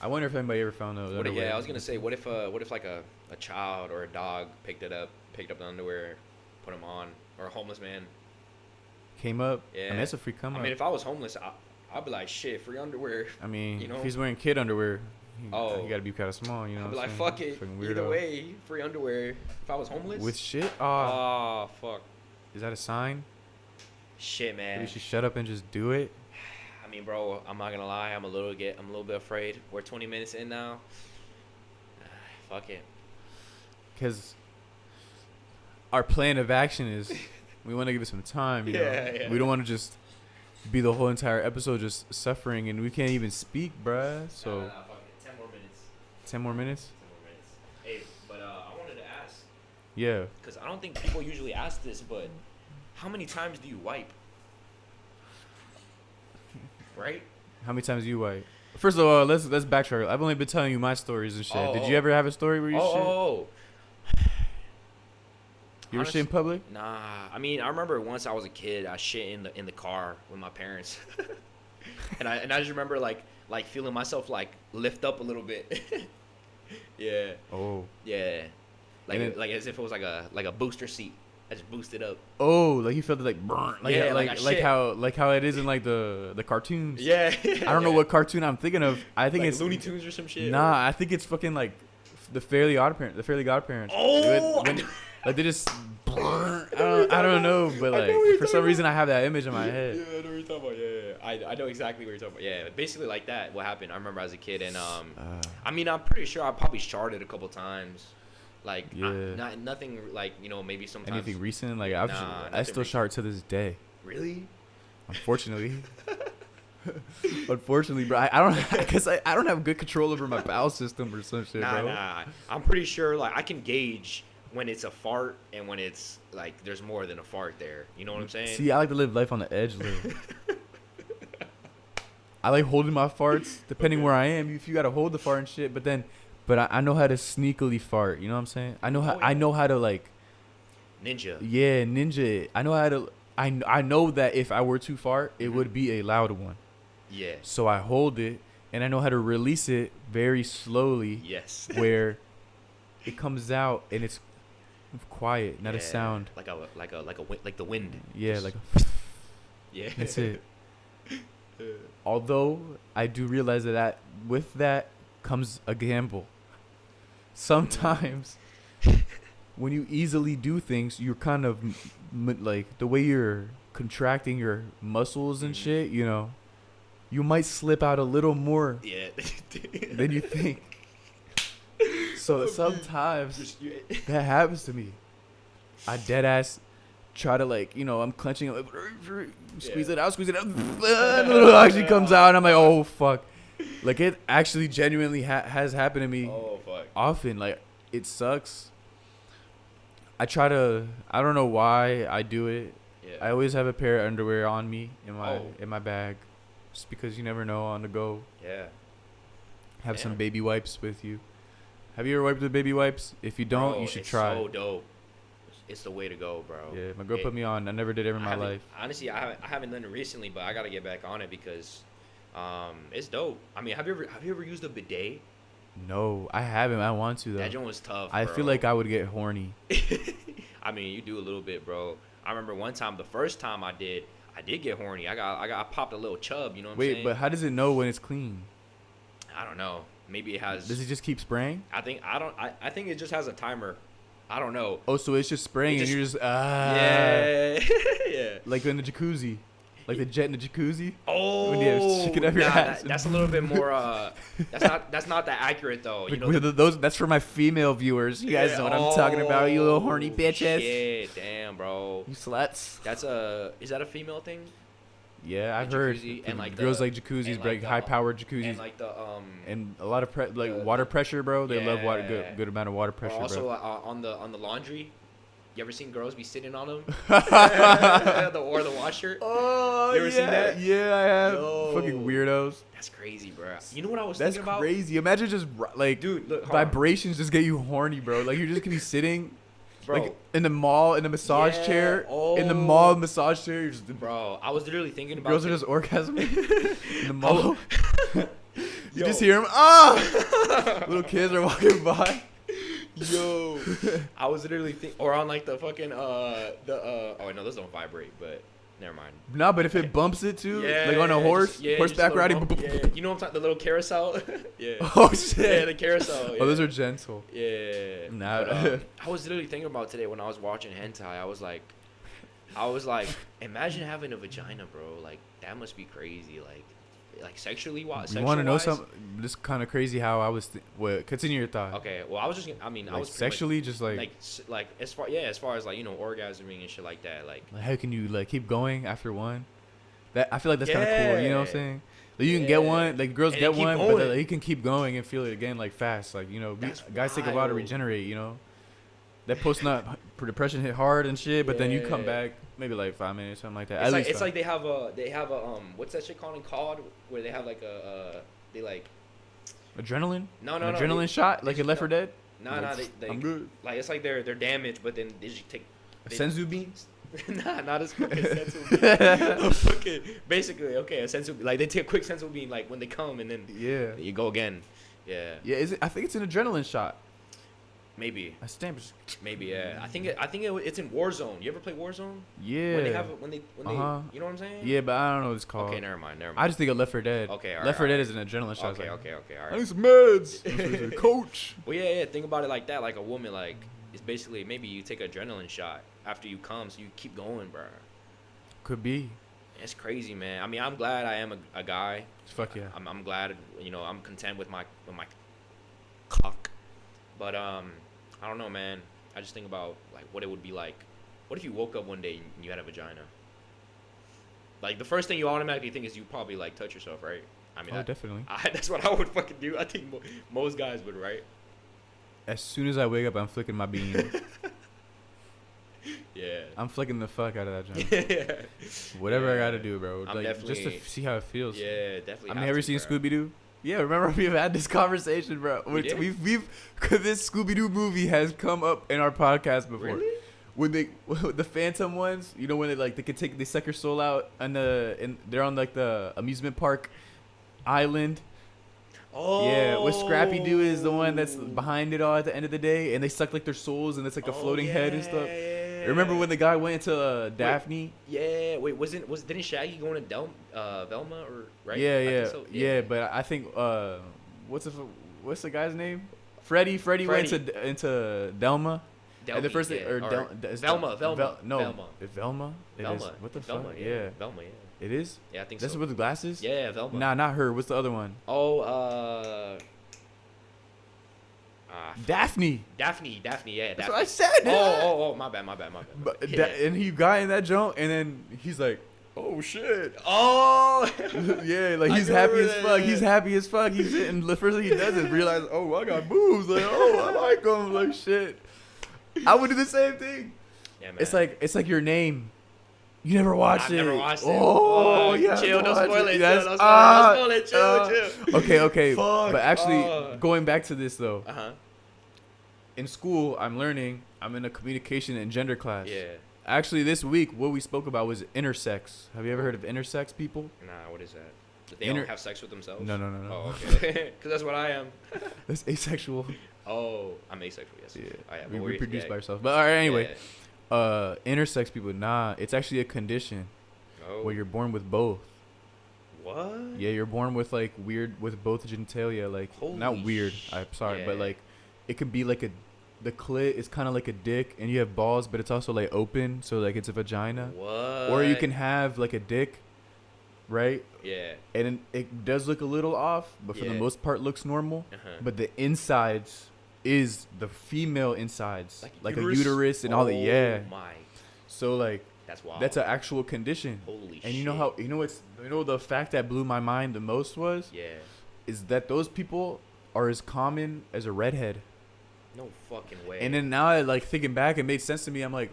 Speaker 1: I wonder if anybody ever found out.
Speaker 2: What if- yeah, I was gonna say, what if uh, what if like a, a child or a dog picked it up, picked up the underwear, put them on, or a homeless man.
Speaker 1: Came up. I
Speaker 2: Yeah.
Speaker 1: mean, that's a free come
Speaker 2: I
Speaker 1: up.
Speaker 2: mean, if I was homeless, I, I'd be like, shit, free underwear.
Speaker 1: I mean,
Speaker 2: you know-
Speaker 1: if he's wearing kid underwear, he,
Speaker 2: Oh.
Speaker 1: you gotta be kind of small. You know,
Speaker 2: I'd be
Speaker 1: what
Speaker 2: like,
Speaker 1: I'm
Speaker 2: fuck
Speaker 1: saying?
Speaker 2: it.
Speaker 1: Fucking
Speaker 2: Either
Speaker 1: weirdo.
Speaker 2: way, free underwear. If I was homeless.
Speaker 1: With shit? Ah,
Speaker 2: oh fuck.
Speaker 1: is that a sign?
Speaker 2: Shit,
Speaker 1: Maybe
Speaker 2: man.
Speaker 1: you should shut up and just do it.
Speaker 2: I mean, bro, I'm not gonna lie. I'm a little get. I'm a little bit afraid. We're 20 minutes in now. fuck it.
Speaker 1: because our plan of action is we want to give it some time. You
Speaker 2: Yeah,
Speaker 1: know?
Speaker 2: yeah.
Speaker 1: We don't want to just be the whole entire episode just suffering and we can't even speak, bruh. So
Speaker 2: fuck it. 10 more minutes.
Speaker 1: ten more minutes.
Speaker 2: 10 more minutes. Hey, but uh, I wanted to ask.
Speaker 1: Yeah,
Speaker 2: Because I don't think people usually ask this, but how many times do you wipe? Right?
Speaker 1: how many times you wipe? First of all, let's let's backtrack. I've only been telling you my stories and shit.
Speaker 2: Oh,
Speaker 1: Did
Speaker 2: oh.
Speaker 1: you ever have a story where
Speaker 2: Oh,
Speaker 1: you shit?
Speaker 2: oh,
Speaker 1: you were shit in
Speaker 2: honest-
Speaker 1: public?
Speaker 2: oh. nah. I mean, I remember once I was a kid, I shit in the in the car with my parents, and I and I just remember like like feeling myself like lift up a little bit. yeah,
Speaker 1: Oh,
Speaker 2: yeah, like
Speaker 1: And it-
Speaker 2: like as if it was like a like a booster seat. I just boosted up.
Speaker 1: oh, like you felt it like, brrr, like
Speaker 2: Yeah, like
Speaker 1: like
Speaker 2: I
Speaker 1: like,
Speaker 2: shit.
Speaker 1: how like how it is in like the the cartoons.
Speaker 2: Yeah.
Speaker 1: I don't know what cartoon I'm thinking of. I think it's
Speaker 2: Looney Tunes or some shit.
Speaker 1: Nah, I think it's fucking like the Fairly Odd Parent, the Fairly Godparents.
Speaker 2: Oh,
Speaker 1: When-
Speaker 2: I
Speaker 1: when- like they just. I don't, I don't know, but
Speaker 2: I know
Speaker 1: like
Speaker 2: what you're
Speaker 1: for
Speaker 2: talking
Speaker 1: some reason I have that image in my
Speaker 2: Yeah,
Speaker 1: head.
Speaker 2: I know what you're I, I know exactly what you're talking about. Yeah, basically like that. What happened? I remember as a kid, and um,
Speaker 1: Uh,
Speaker 2: I mean, I'm pretty sure I probably sharded a couple times. Like, I-
Speaker 1: Yeah.
Speaker 2: not nothing like you know maybe sometimes.
Speaker 1: anything recent? Like I've,
Speaker 2: Nah,
Speaker 1: I
Speaker 2: nothing
Speaker 1: still shard to this day.
Speaker 2: really?
Speaker 1: Unfortunately. Unfortunately, bro, I, I don't because I, I don't have good control over my bowel system or some shit,
Speaker 2: Nah,
Speaker 1: bro.
Speaker 2: nah. I'm pretty sure like I can gauge when it's a fart and when it's like there's more than a fart there. You know what I'm saying?
Speaker 1: See, I like to live life on the edge, little. I like holding my farts, depending where I am. If you gotta hold the fart and shit, but then, but I, I know how to sneakily fart. You know what I'm saying? I know how
Speaker 2: Oh, yeah.
Speaker 1: I know how to like,
Speaker 2: Ninja.
Speaker 1: yeah, ninja. it. I know how to. I kn- I know that if I were to fart, it
Speaker 2: Mm-hmm.
Speaker 1: would be a loud one.
Speaker 2: Yeah.
Speaker 1: So I hold it, and I know how to release it very slowly.
Speaker 2: Yes.
Speaker 1: where it comes out and it's quiet, not a
Speaker 2: Yeah.
Speaker 1: sound.
Speaker 2: Like a like a like a wi- like the wind.
Speaker 1: Yeah,
Speaker 2: Just-
Speaker 1: like
Speaker 2: yeah.
Speaker 1: that's it.
Speaker 2: Uh,
Speaker 1: Although I do realize that, that with that comes a gamble. Sometimes when you easily do things, you're kind of m- m- like the way you're contracting your muscles and
Speaker 2: Mhm.
Speaker 1: shit, you know, you might slip out a little more
Speaker 2: yeah.
Speaker 1: than you think. So sometimes
Speaker 2: Just- you-
Speaker 1: That happens to me. I dead ass try to like, you know, I'm clenching, like, squeeze
Speaker 2: Yeah.
Speaker 1: it out, squeeze it out, and it actually comes out, and I'm like, oh fuck. Like it actually genuinely ha- has happened to me
Speaker 2: oh fuck.
Speaker 1: often. Like it sucks. I try to. I don't know why I do it.
Speaker 2: Yeah.
Speaker 1: I always have a pair of underwear on me in my
Speaker 2: Oh.
Speaker 1: in my bag, just because you never know on the go.
Speaker 2: yeah.
Speaker 1: Have some
Speaker 2: Damn.
Speaker 1: baby wipes with you. Have you ever wiped with baby wipes? If you don't,
Speaker 2: Bro,
Speaker 1: you should
Speaker 2: it's
Speaker 1: try.
Speaker 2: So dope. It's the way to go, bro.
Speaker 1: Yeah, my girl
Speaker 2: It-
Speaker 1: put me on. I never did ever in
Speaker 2: I
Speaker 1: my
Speaker 2: haven't-
Speaker 1: life.
Speaker 2: Honestly, I haven't, I haven't done it recently, but I gotta get back on it because um, it's dope. I mean, have you ever have you ever used a bidet?
Speaker 1: No, I haven't. I want to
Speaker 2: That
Speaker 1: though.
Speaker 2: joint was tough.
Speaker 1: I feel
Speaker 2: bro.
Speaker 1: like I would get horny.
Speaker 2: I mean, you do a little bit, bro. I remember one time, the first time I did, I did get horny. I got I got I popped a little chub. You know what I'm
Speaker 1: Wait,
Speaker 2: saying?
Speaker 1: but how does it know when it's clean?
Speaker 2: I don't know. Maybe it has.
Speaker 1: Does it just keep spraying?
Speaker 2: I think I don't. I, I think it just has a timer. I don't know.
Speaker 1: Oh, so it's just spraying,
Speaker 2: just-
Speaker 1: and you're just ah,
Speaker 2: yeah, yeah.
Speaker 1: like in the jacuzzi, like the jet in the jacuzzi.
Speaker 2: Oh,
Speaker 1: When you have chicken up your
Speaker 2: nah,
Speaker 1: ass.
Speaker 2: That, that's a little bit more. Uh, that's not that's not that accurate though. Oh, You
Speaker 1: Like,
Speaker 2: know, the-
Speaker 1: with those that's for my female viewers. You guys
Speaker 2: Yeah,
Speaker 1: know what I'm talking about. You little horny
Speaker 2: oh,
Speaker 1: bitches.
Speaker 2: shit, damn, bro.
Speaker 1: You sluts.
Speaker 2: That's a is that a female thing?
Speaker 1: Yeah, I've
Speaker 2: The
Speaker 1: heard.
Speaker 2: jacuzzi
Speaker 1: And
Speaker 2: and, like,
Speaker 1: girls
Speaker 2: the-
Speaker 1: like jacuzzis, but,
Speaker 2: and, like,
Speaker 1: like
Speaker 2: the-
Speaker 1: high-powered jacuzzis,
Speaker 2: And
Speaker 1: and,
Speaker 2: like the um
Speaker 1: a lot of pre- like
Speaker 2: the-
Speaker 1: water pressure, bro. They love water,
Speaker 2: Yeah.
Speaker 1: good, good amount of water
Speaker 2: or
Speaker 1: pressure,
Speaker 2: also
Speaker 1: bro.
Speaker 2: uh, on the on the laundry. You ever seen girls be sitting on them?
Speaker 1: oh,
Speaker 2: the or the washer?
Speaker 1: you
Speaker 2: You ever seen that?
Speaker 1: Yeah, I have. Fucking
Speaker 2: Oh, Yo.
Speaker 1: weirdos.
Speaker 2: That's crazy, bro. You know what I was
Speaker 1: That's
Speaker 2: thinking about?
Speaker 1: crazy. Imagine just ri- like
Speaker 2: Dude, look, hold on.
Speaker 1: vibrations just get you horny, bro. Like you're just gonna be sitting
Speaker 2: bro.
Speaker 1: like in the mall in a massage
Speaker 2: Yeah,
Speaker 1: chair. In the mall
Speaker 2: oh.
Speaker 1: massage chair, you're just,
Speaker 2: bro, I was literally thinking about
Speaker 1: girls are
Speaker 2: thi-
Speaker 1: just orgasming in the mall.
Speaker 2: Oh.
Speaker 1: you just
Speaker 2: Yo.
Speaker 1: hear them ah. Little kids are walking by.
Speaker 2: Yo, I was literally think, or on like the fucking uh the uh oh no those don't vibrate, but never mind.
Speaker 1: Nah, but if it bumps it too, like on a
Speaker 2: just-
Speaker 1: horse,
Speaker 2: yeah,
Speaker 1: horseback
Speaker 2: just a little
Speaker 1: riding.
Speaker 2: bump. Yeah, you know what I'm talking? The little carousel. yeah.
Speaker 1: Oh
Speaker 2: Yeah,
Speaker 1: shit.
Speaker 2: the carousel. Yeah.
Speaker 1: Oh, those are gentle.
Speaker 2: Yeah.
Speaker 1: Nah.
Speaker 2: But, um, I was literally thinking about today when I was watching hentai. I was like, I was like, imagine having a vagina, bro. Like that must be crazy. Like, like sexually wise.
Speaker 1: You want to know
Speaker 2: wise?
Speaker 1: something? This kind of crazy how I was. Th- what? Continue your thought.
Speaker 2: Okay. Well, I was just. gonna- I mean, I
Speaker 1: Like,
Speaker 2: was pretty much-
Speaker 1: sexually, just like,
Speaker 2: like, s- like as far yeah, as far as like you know orgasming and shit like that. Like
Speaker 1: like, how can you like keep going after one? That I feel like that's kind of cool. You know what I'm
Speaker 2: Yeah.
Speaker 1: saying? Like, you can get
Speaker 2: Yeah.
Speaker 1: one. Like girls
Speaker 2: And
Speaker 1: get
Speaker 2: keep
Speaker 1: one, but
Speaker 2: going.
Speaker 1: like, you can keep going and feel it again like fast. Like you know, we-
Speaker 2: That's
Speaker 1: guys take a while to
Speaker 2: wild.
Speaker 1: regenerate. You know, that post nut depression hit hard and shit, but then you come
Speaker 2: Yeah.
Speaker 1: back maybe like five minutes, something like that.
Speaker 2: it's
Speaker 1: At
Speaker 2: like
Speaker 1: least
Speaker 2: it's
Speaker 1: five.
Speaker 2: like they have a they have a um what's that shit called in COD where they have like a uh, they like
Speaker 1: adrenaline.
Speaker 2: no no
Speaker 1: An
Speaker 2: no
Speaker 1: adrenaline
Speaker 2: they-
Speaker 1: shot like in Left 4 Dead.
Speaker 2: no no they, they
Speaker 1: I'm good.
Speaker 2: like it's like they're they're damaged but then they just take
Speaker 1: A
Speaker 2: they-
Speaker 1: senzu beans.
Speaker 2: nah not as quick as sensu beam. A fucking basically okay a sensu like they take a quick sensu beam like when they come and then
Speaker 1: Yeah.
Speaker 2: you go again yeah
Speaker 1: Yeah, is it, I think it's an adrenaline shot.
Speaker 2: maybe
Speaker 1: I stamp.
Speaker 2: maybe yeah I think it, I think it, it's in Warzone you ever play Warzone
Speaker 1: Yeah.
Speaker 2: when they have when they when
Speaker 1: Uh-huh.
Speaker 2: they you know what I'm saying
Speaker 1: Yeah, but I don't know what it's called.
Speaker 2: okay never mind never mind
Speaker 1: I just think of Left 4 Dead.
Speaker 2: Okay, alright,
Speaker 1: Left 4 Dead
Speaker 2: alright.
Speaker 1: is an adrenaline shot. It's
Speaker 2: okay
Speaker 1: like,
Speaker 2: okay okay all right
Speaker 1: I need some meds. That's what it's like, Coach.
Speaker 2: Well, yeah, yeah. Think about it like that. Like a woman, like it's basically maybe you take an adrenaline shot after you come, so you keep going, bro.
Speaker 1: Could be.
Speaker 2: It's crazy, man. I mean, I'm glad I am a, a guy.
Speaker 1: Fuck yeah.
Speaker 2: I'm, I'm glad, you know, I'm content with my with my cock. But um, I don't know, man. I just think about like what it would be like. What if you woke up one day and you had a vagina? Like the first thing you automatically think is you probably like touch yourself, right? I mean,
Speaker 1: oh,
Speaker 2: I-
Speaker 1: definitely.
Speaker 2: I, that's what I would fucking do. I think mo- most guys would, right?
Speaker 1: As soon as I wake up, I'm flicking my bean.
Speaker 2: Yeah.
Speaker 1: I'm flicking the fuck out of that junk.
Speaker 2: yeah.
Speaker 1: Whatever I
Speaker 2: Yeah.
Speaker 1: gotta do, bro.
Speaker 2: I'm
Speaker 1: like just to
Speaker 2: definitely-
Speaker 1: f- see how it feels.
Speaker 2: Yeah, definitely.
Speaker 1: I mean,
Speaker 2: have
Speaker 1: have you
Speaker 2: to,
Speaker 1: seen
Speaker 2: bro.
Speaker 1: Scooby Doo? Yeah, remember we've had this conversation, bro.
Speaker 2: We
Speaker 1: Which
Speaker 2: did.
Speaker 1: we've we've 'cause this Scooby Doo movie has come up in our podcast before.
Speaker 2: Really?
Speaker 1: When they the Phantom ones, you know when they like they could take they suck your soul out and the and they're on like the amusement park island.
Speaker 2: Oh.
Speaker 1: Yeah, with Scrappy Doo is the one that's behind it all at the end of the day, and they suck like their souls and it's like a
Speaker 2: Oh,
Speaker 1: floating head and stuff.
Speaker 2: yeah.
Speaker 1: Remember when the guy went to uh, Daphne?
Speaker 2: Yeah. Wait, wasn't was didn't Shaggy going to Del, uh, Velma or right?
Speaker 1: Yeah,
Speaker 2: I think
Speaker 1: yeah,
Speaker 2: so,
Speaker 1: yeah, But I think uh, what's the f- what's the guy's name? Freddy. Freddy, went to into Delma. and the
Speaker 2: Delpy,
Speaker 1: first thing,
Speaker 2: yeah,
Speaker 1: or
Speaker 2: all
Speaker 1: Del-
Speaker 2: right.
Speaker 1: Del- it's
Speaker 2: Velma,
Speaker 1: Del-
Speaker 2: Velma,
Speaker 1: Vel- no,
Speaker 2: Velma.
Speaker 1: it- Velma. It is-
Speaker 2: Velma.
Speaker 1: What the
Speaker 2: Velma,
Speaker 1: fuck?
Speaker 2: Yeah.
Speaker 1: Yeah.
Speaker 2: Velma. Yeah.
Speaker 1: it is.
Speaker 2: Yeah, I think
Speaker 1: That's
Speaker 2: so.
Speaker 1: with the glasses.
Speaker 2: yeah, Velma.
Speaker 1: Nah, not her. What's the other one?
Speaker 2: Oh, uh. Ah, f-
Speaker 1: Daphne.
Speaker 2: Daphne, Daphne, yeah,
Speaker 1: That's
Speaker 2: Daphne.
Speaker 1: what I said. dude.
Speaker 2: oh, oh, oh, my bad, my bad, my bad. my
Speaker 1: But
Speaker 2: bad.
Speaker 1: that- and he got in that jump, and then he's like, "Oh shit."
Speaker 2: oh,
Speaker 1: yeah, like
Speaker 2: I
Speaker 1: he's
Speaker 2: do
Speaker 1: happy
Speaker 2: remember
Speaker 1: as
Speaker 2: that,
Speaker 1: fuck.
Speaker 2: yeah.
Speaker 1: He's happy as fuck. He's and the first thing he does is realize, oh, I got boobs. Like, oh, I like them. Like shit. I would do the same thing.
Speaker 2: yeah, man.
Speaker 1: It's like it's like your name. You never watched
Speaker 2: I've
Speaker 1: it.
Speaker 2: never watched it.
Speaker 1: Oh,
Speaker 2: Oh,
Speaker 1: yeah.
Speaker 2: chill, don't spoil it, chill, don't spoil it, don't
Speaker 1: Uh,
Speaker 2: spoil it, chill, chill.
Speaker 1: Ah. Okay, okay.
Speaker 2: Fuck,
Speaker 1: But actually,
Speaker 2: uh.
Speaker 1: going back to this though,
Speaker 2: uh huh,
Speaker 1: in school, I'm learning. I'm in a communication and gender class.
Speaker 2: yeah.
Speaker 1: Actually, this week, what we spoke about was intersex. Have you ever heard of intersex people?
Speaker 2: Nah, what is that? That they
Speaker 1: Inter-
Speaker 2: don't have sex with themselves?
Speaker 1: No, no, no, no.
Speaker 2: Oh, okay. Because that's what I am.
Speaker 1: That's asexual.
Speaker 2: Oh, I'm asexual. Yes.
Speaker 1: Yeah.
Speaker 2: I am.
Speaker 1: Re-
Speaker 2: But we're-
Speaker 1: reproduce
Speaker 2: yeah,
Speaker 1: by yourself. But all right, anyway,
Speaker 2: yeah.
Speaker 1: uh, intersex people, nah, it's actually a condition
Speaker 2: Oh.
Speaker 1: where you're born with both.
Speaker 2: what?
Speaker 1: Yeah, you're born with like weird with both genitalia, like not
Speaker 2: Holy
Speaker 1: weird.
Speaker 2: sh-
Speaker 1: I'm sorry, but
Speaker 2: yeah.
Speaker 1: like it could be like a the clit is kind of like a dick, and you have balls, but it's also like open, so like it's a vagina.
Speaker 2: What?
Speaker 1: Or you can have like a dick, right?
Speaker 2: Yeah.
Speaker 1: And it- it does look a little off, but for the
Speaker 2: Yeah.
Speaker 1: most part, looks normal.
Speaker 2: Uh-huh.
Speaker 1: But the insides is the female insides, like, a uterus and all that.
Speaker 2: Oh
Speaker 1: Yeah.
Speaker 2: My.
Speaker 1: So like
Speaker 2: That's wild.
Speaker 1: that's an actual condition.
Speaker 2: Holy.
Speaker 1: and you know
Speaker 2: shit.
Speaker 1: how you know it's you know the fact that blew my mind the most was
Speaker 2: Yeah.
Speaker 1: is that those people are as common as a redhead.
Speaker 2: No fucking way.
Speaker 1: And then now I like thinking back, it made sense to me. I'm like,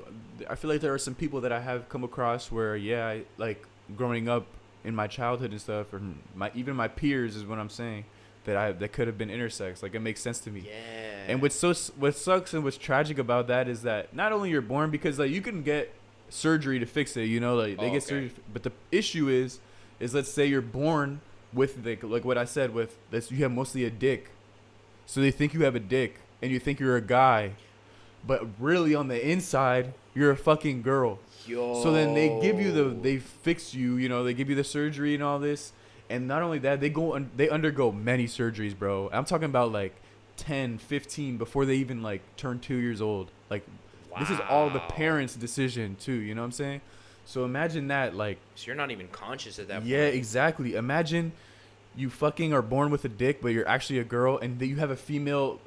Speaker 1: I feel like there are some people that I have come across where yeah, I, like growing up in my childhood and stuff, or my even my peers is what I'm saying that I that could have been intersex. Like it makes sense to me.
Speaker 2: Yeah.
Speaker 1: And what's so what sucks and what's tragic about that is that not only you're born because like you can get surgery to fix it, you know, like they
Speaker 2: Oh,
Speaker 1: get
Speaker 2: okay.
Speaker 1: surgery, but the issue is is let's say you're born with like like what I said with this you have mostly a dick. So they think you have a dick and you think you're a guy, but really on the inside you're a fucking girl.
Speaker 2: Yo.
Speaker 1: So then they give you
Speaker 2: Oh.
Speaker 1: the they fix you, you know, they give you the surgery and all this. And not only that, they go un- they undergo many surgeries, bro. I'm talking about like 10, 15 before they even like turn 2 years old. Like this is all the
Speaker 2: Wow.
Speaker 1: parents' decision too, you know what I'm saying? So imagine that like
Speaker 2: So you're not even conscious at that.
Speaker 1: yeah,
Speaker 2: Point.
Speaker 1: exactly. Imagine you fucking are born with a dick, but you're actually a girl, and that you have a female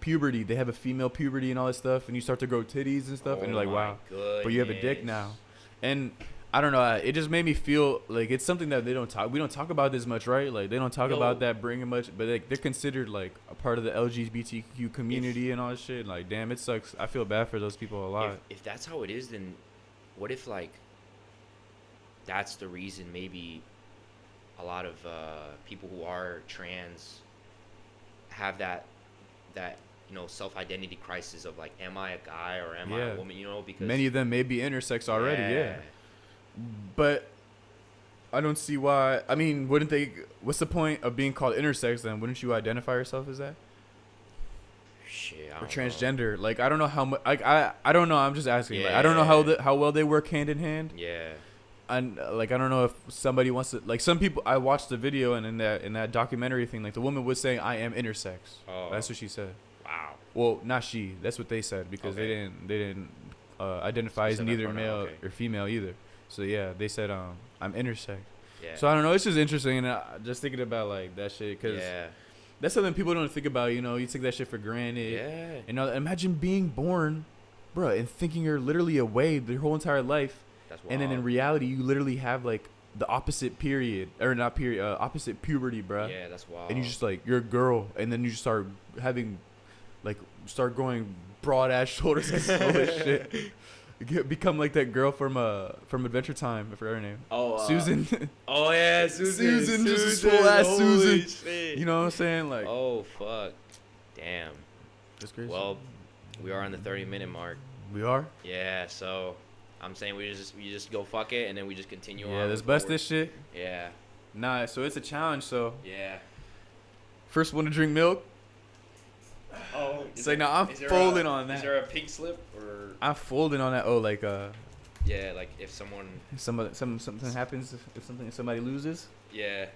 Speaker 1: puberty. They have a female puberty and all that stuff, and you start to grow titties and stuff, and
Speaker 2: Oh
Speaker 1: you're like,
Speaker 2: my
Speaker 1: wow. But you have a dick
Speaker 2: goodness.
Speaker 1: now, and I don't know. uh, It just made me feel like it's something that they don't talk. We don't talk about this much, right? Like they don't talk
Speaker 2: Yo.
Speaker 1: about that bringing much, but like they're considered like a part of the LGBTQ community and all that shit. Like, damn, it sucks. I feel bad for those people a lot.
Speaker 2: If, if that's how it is, then what if like that's the reason maybe a lot of uh, people who are trans have that that you know self identity crisis of like, am I a guy or am I
Speaker 1: Yeah.
Speaker 2: a woman? You know, because
Speaker 1: Many of them may be intersex already. yeah. But I don't see why. I mean, wouldn't they? What's the point of being called intersex then? Wouldn't you identify yourself as that
Speaker 2: Shit, I
Speaker 1: or
Speaker 2: don't
Speaker 1: transgender? Like, I don't know how much. Like, I I don't know. I'm just asking. Like, I don't know how
Speaker 2: Yeah.
Speaker 1: the, how well they work hand in hand.
Speaker 2: Know. Yeah.
Speaker 1: And uh, like, I don't know if somebody wants to. Like, some people. I watched the video and in that in that documentary thing, like the woman was saying, "I am intersex."
Speaker 2: Oh.
Speaker 1: That's what she said.
Speaker 2: Wow.
Speaker 1: Well, not she. That's what they said because they
Speaker 2: Okay.
Speaker 1: didn't they didn't uh, identify as
Speaker 2: Said that
Speaker 1: neither
Speaker 2: pronoun,
Speaker 1: male
Speaker 2: okay.
Speaker 1: or female either. So yeah, they said um I'm intersex.
Speaker 2: Yeah.
Speaker 1: So I don't know. It's just interesting, and I, just thinking about like that shit because
Speaker 2: yeah.
Speaker 1: that's something people don't think about. You know, you take that shit for granted.
Speaker 2: Yeah.
Speaker 1: And now imagine being born, bruh, and thinking you're literally away your whole entire life,
Speaker 2: That's
Speaker 1: and then in
Speaker 2: wild.
Speaker 1: reality you literally have like the opposite period or not period, uh, opposite puberty, bruh.
Speaker 2: Yeah, that's wild.
Speaker 1: And you just like you're a girl, and then you just start having, like, start growing broad ass shoulders and so much shit. Get, become like that girl from uh from Adventure Time. I forgot her name.
Speaker 2: Oh, uh,
Speaker 1: Susan.
Speaker 2: Oh yeah, Susan.
Speaker 1: Susan, just a swole ass
Speaker 2: holy
Speaker 1: Susan.
Speaker 2: shit.
Speaker 1: you know what I'm saying? Like,
Speaker 2: Oh fuck. Damn.
Speaker 1: that's crazy.
Speaker 2: Well, we are on the 30 minute mark.
Speaker 1: we are.
Speaker 2: Yeah, so I'm saying we just we just go fuck it and then we just continue on.
Speaker 1: yeah, let's
Speaker 2: with
Speaker 1: bust
Speaker 2: what
Speaker 1: this shit.
Speaker 2: we're- Yeah.
Speaker 1: Nah, so it's a challenge. So
Speaker 2: Yeah.
Speaker 1: first one to drink milk.
Speaker 2: Oh.
Speaker 1: is Say, there- nah, I'm is there folding a- on is
Speaker 2: Is
Speaker 1: that. there
Speaker 2: there a pink slip or?
Speaker 1: I'm folding on that. Oh, like uh,
Speaker 2: Yeah, like if someone.
Speaker 1: some some something happens if, if something if somebody loses.
Speaker 2: Yeah.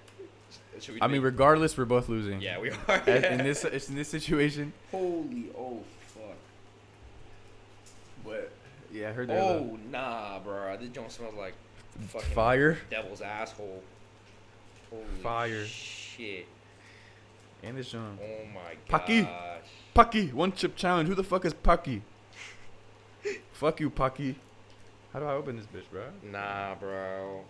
Speaker 2: S- Should we
Speaker 1: I mean,
Speaker 2: make-
Speaker 1: regardless, we're both losing.
Speaker 2: yeah, we are.
Speaker 1: As- in this it's in this situation.
Speaker 2: Holy oh fuck.
Speaker 1: What? Yeah, I heard that.
Speaker 2: Oh nah, bro. This joint smells like fucking
Speaker 1: fire
Speaker 2: devil's asshole. Holy
Speaker 1: Fire.
Speaker 2: Shit.
Speaker 1: and this John.
Speaker 2: Oh my gosh.
Speaker 1: Pucky. Pucky, one chip challenge. Who the fuck is Pucky? fuck you, Pucky. How do I open this bitch, bro?
Speaker 2: Nah, bro.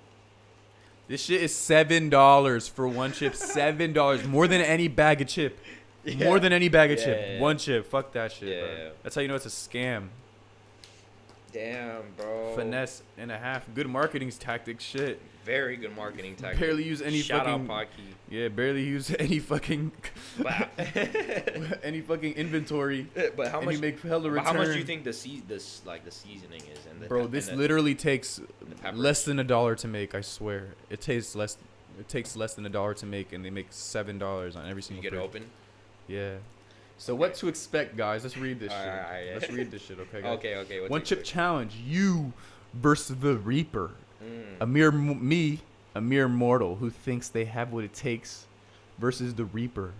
Speaker 1: This shit is seven dollars for one chip. seven dollars more than any bag of chip. More than any bag of
Speaker 2: Yeah.
Speaker 1: chip. One chip. Fuck that shit,
Speaker 2: Yeah.
Speaker 1: bro. That's how you know it's a scam.
Speaker 2: Damn, bro.
Speaker 1: Finesse and a half. Good marketing tactics. Shit.
Speaker 2: Very good marketing tactic.
Speaker 1: Barely use any
Speaker 2: Shout
Speaker 1: fucking.
Speaker 2: out
Speaker 1: Yeah, barely use any fucking
Speaker 2: Pocky.
Speaker 1: any fucking inventory.
Speaker 2: But, but how
Speaker 1: and
Speaker 2: much?
Speaker 1: you make hella
Speaker 2: but
Speaker 1: return.
Speaker 2: how much do you think the sea this like the seasoning is? And the
Speaker 1: Bro,
Speaker 2: and
Speaker 1: this
Speaker 2: the-
Speaker 1: literally takes
Speaker 2: and the pepper?
Speaker 1: less than a dollar to make. I swear, it tastes less. It takes less than a dollar to make, and they make seven dollars on every
Speaker 2: Can
Speaker 1: single.
Speaker 2: you get it
Speaker 1: pair.
Speaker 2: open.
Speaker 1: Yeah. So what to expect, guys? Let's read this
Speaker 2: All
Speaker 1: shit.
Speaker 2: right, all right, yeah.
Speaker 1: Let's read this shit, okay? Guys?
Speaker 2: Okay, okay. what's
Speaker 1: One
Speaker 2: it
Speaker 1: chip
Speaker 2: quick?
Speaker 1: challenge. You versus the Reaper.
Speaker 2: Mm.
Speaker 1: A mere m- me, a mere mortal who thinks they have what it takes, versus the Reaper,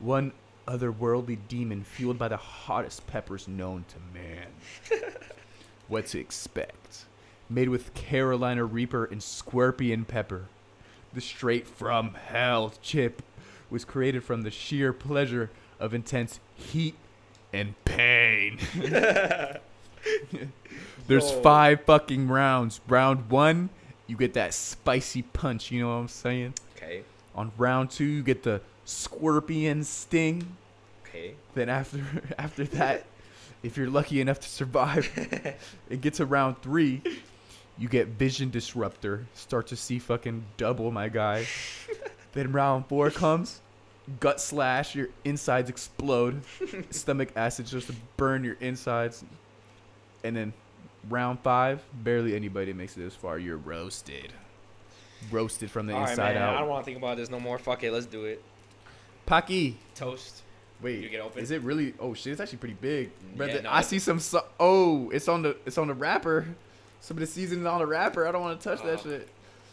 Speaker 1: one otherworldly demon fueled by the hottest peppers known to man. what to expect? Made with Carolina Reaper and Scorpion Pepper, the straight from hell chip was created from the sheer pleasure of intense heat and pain. There's
Speaker 2: Yo.
Speaker 1: five fucking rounds. Round one, you get that spicy punch, you know what I'm saying?
Speaker 2: Okay,
Speaker 1: On round two, you get the scorpion sting.
Speaker 2: okay.
Speaker 1: Then after after that, if you're lucky enough to survive and get to round three, you get vision disruptor. Start to see fucking double, my guy. then round four comes, gut slash. Your insides explode. Stomach acid just to burn your insides. And then round five, barely anybody makes it this far. You're roasted. Roasted from the
Speaker 2: All right,
Speaker 1: inside
Speaker 2: man, I don't
Speaker 1: out.
Speaker 2: want to think about this no more. Fuck it, let's do it.
Speaker 1: Paki.
Speaker 2: Toast.
Speaker 1: Wait,
Speaker 2: You get open? Mm,
Speaker 1: Is it really? Oh shit, it's actually pretty big. But
Speaker 2: Yeah,
Speaker 1: the-
Speaker 2: no,
Speaker 1: I
Speaker 2: it's-
Speaker 1: see some. So- oh, it's on the it's on the wrapper. Some of the seasoning's on the wrapper. I don't want to touch that
Speaker 2: Oh.
Speaker 1: shit.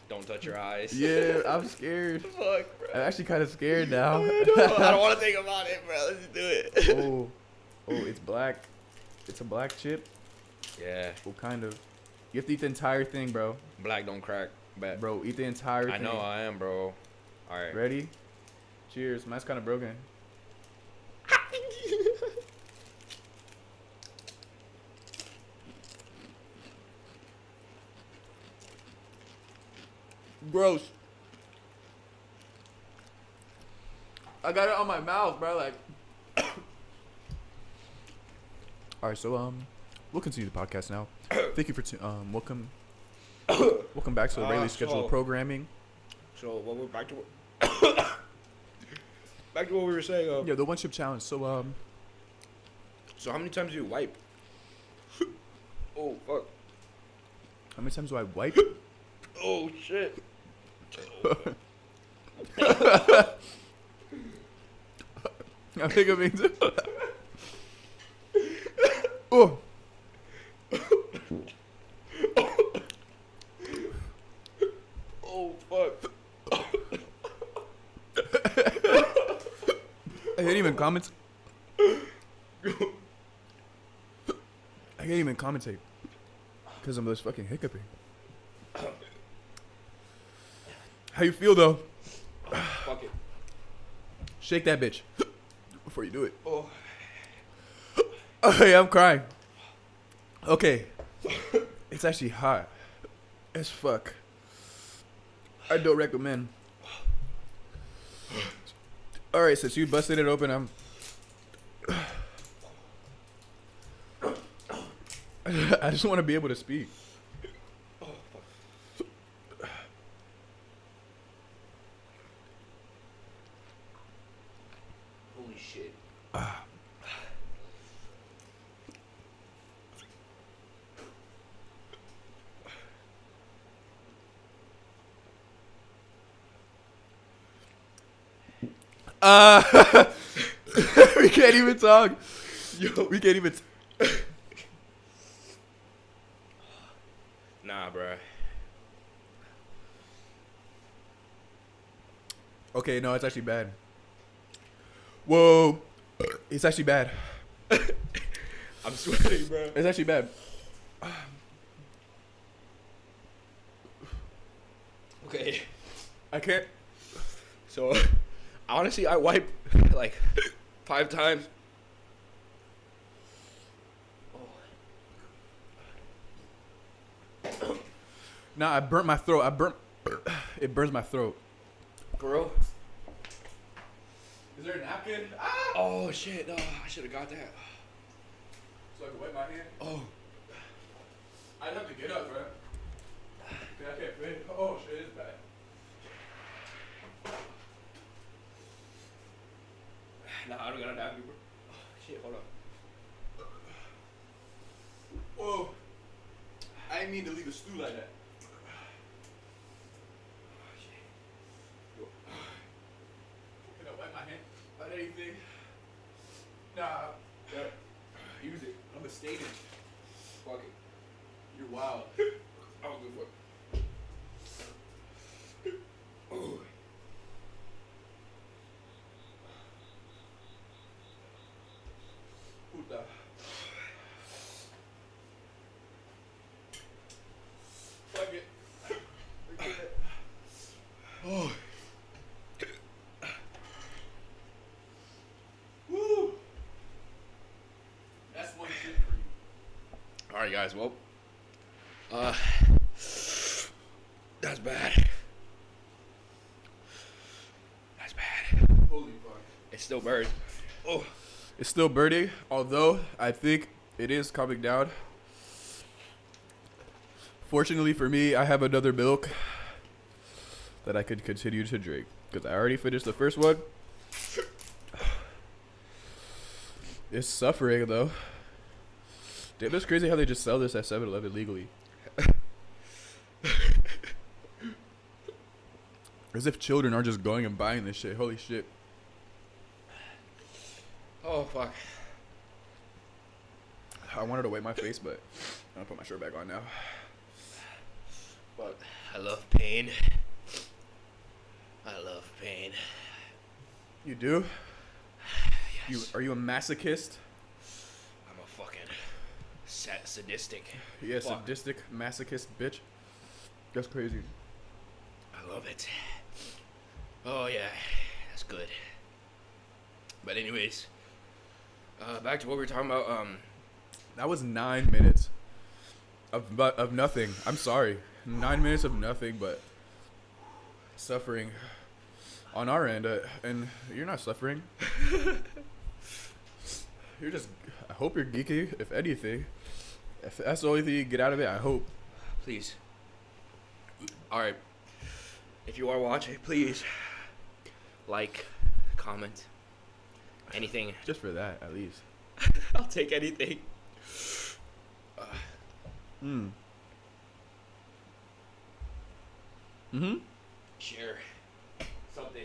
Speaker 2: Don't touch your eyes.
Speaker 1: Yeah, I'm scared.
Speaker 2: Fuck, bro.
Speaker 1: I'm actually kind of scared now.
Speaker 2: I don't want to think about it, bro. Let's do it.
Speaker 1: oh, oh, it's black. It's a black chip.
Speaker 2: Yeah,
Speaker 1: Well, kind of. You have to eat the entire thing, bro.
Speaker 2: black don't crack. Bet.
Speaker 1: Bro, eat the entire
Speaker 2: I
Speaker 1: thing.
Speaker 2: know I am, bro. All right.
Speaker 1: Ready? Cheers. Mine's kind of broken. Gross. I got it on my mouth, bro. Like. All right, so um, we'll continue the podcast now. Thank you for tu- um, welcome, welcome back to the regularly
Speaker 2: Uh,
Speaker 1: scheduled
Speaker 2: so-
Speaker 1: programming.
Speaker 2: So, what we're back to what back to what we were saying. Uh,
Speaker 1: Yeah, the one chip challenge. So um,
Speaker 2: So, how many times do you wipe? oh fuck.
Speaker 1: how many times do I wipe?
Speaker 2: Oh shit.
Speaker 1: I think I mean. oh.
Speaker 2: Oh fuck.
Speaker 1: I can't even comment. I can't even commentate because I'm just fucking hiccuping. How you feel though?
Speaker 2: Fuck it.
Speaker 1: Shake that bitch before you do it.
Speaker 2: Oh.
Speaker 1: Okay, I'm crying. Okay, it's actually hot as fuck. I don't recommend. All right, since you busted it open, I'm. I just want to be able to speak.
Speaker 2: Holy shit.
Speaker 1: Uh, we can't even talk. Yo, we can't even. T-
Speaker 2: Nah, bruh.
Speaker 1: okay, no, it's actually bad. Whoa, it's actually bad.
Speaker 2: I'm sweating, bruh.
Speaker 1: It's actually bad.
Speaker 2: Okay.
Speaker 1: I can't.
Speaker 2: So, honestly, I wipe like five times.
Speaker 1: Nah, I burnt my throat. I burnt. It burns my throat.
Speaker 2: Bro.
Speaker 1: Is there a napkin? Ah!
Speaker 2: Oh, shit. No, I should have got that.
Speaker 1: So I can wipe my hand.
Speaker 2: Oh.
Speaker 1: I'd have to get up, bro. I can't fit. Oh shit, it's bad.
Speaker 2: Nah, I don't got a napkin, bro. Oh, shit, hold up.
Speaker 1: Whoa. I didn't mean to leave a stew like that.
Speaker 2: Oh,
Speaker 1: Can I wipe my hand? Not anything. Nah. Use it. I'm a statement.
Speaker 2: Fuck it.
Speaker 1: You're wild.
Speaker 2: I was good for it. Oh.
Speaker 1: Puta. Fuck it. Forget it.
Speaker 2: Oh.
Speaker 1: Woo. That's one shit for you.
Speaker 2: All right, guys. Well, uh, that's bad. That's bad.
Speaker 1: Holy fuck.
Speaker 2: It's still bird. Oh,
Speaker 1: It's still birdie, although I think it is coming down. Fortunately for me, I have another milk that I could continue to drink because I already finished the first one. It's suffering though. Damn, it's crazy how they just sell this at 7 Eleven legally. As if children are just going and buying this shit. Holy shit.
Speaker 2: oh, fuck.
Speaker 1: I wanted to wipe my face, but I'm gonna put my shirt back on now.
Speaker 2: Fuck. I love pain. I love pain.
Speaker 1: You do?
Speaker 2: Yes.
Speaker 1: You are you a masochist?
Speaker 2: I'm a fucking sa- sadistic.
Speaker 1: Yes,
Speaker 2: Fuck.
Speaker 1: sadistic masochist bitch. That's crazy.
Speaker 2: I love it. Oh yeah, that's good. But anyways, uh, back to what we were talking about. Um,
Speaker 1: That was nine minutes of but of nothing. I'm sorry. Nine minutes of nothing, but suffering on our end. Uh, and you're not suffering. you're just. I hope you're geeky. If anything, if that's the only thing you get out of it, I hope.
Speaker 2: please. All right. If you are watching, please like, comment, anything.
Speaker 1: Just for that, at least.
Speaker 2: I'll take anything.
Speaker 1: Mm. Mm-hmm.
Speaker 2: Share something.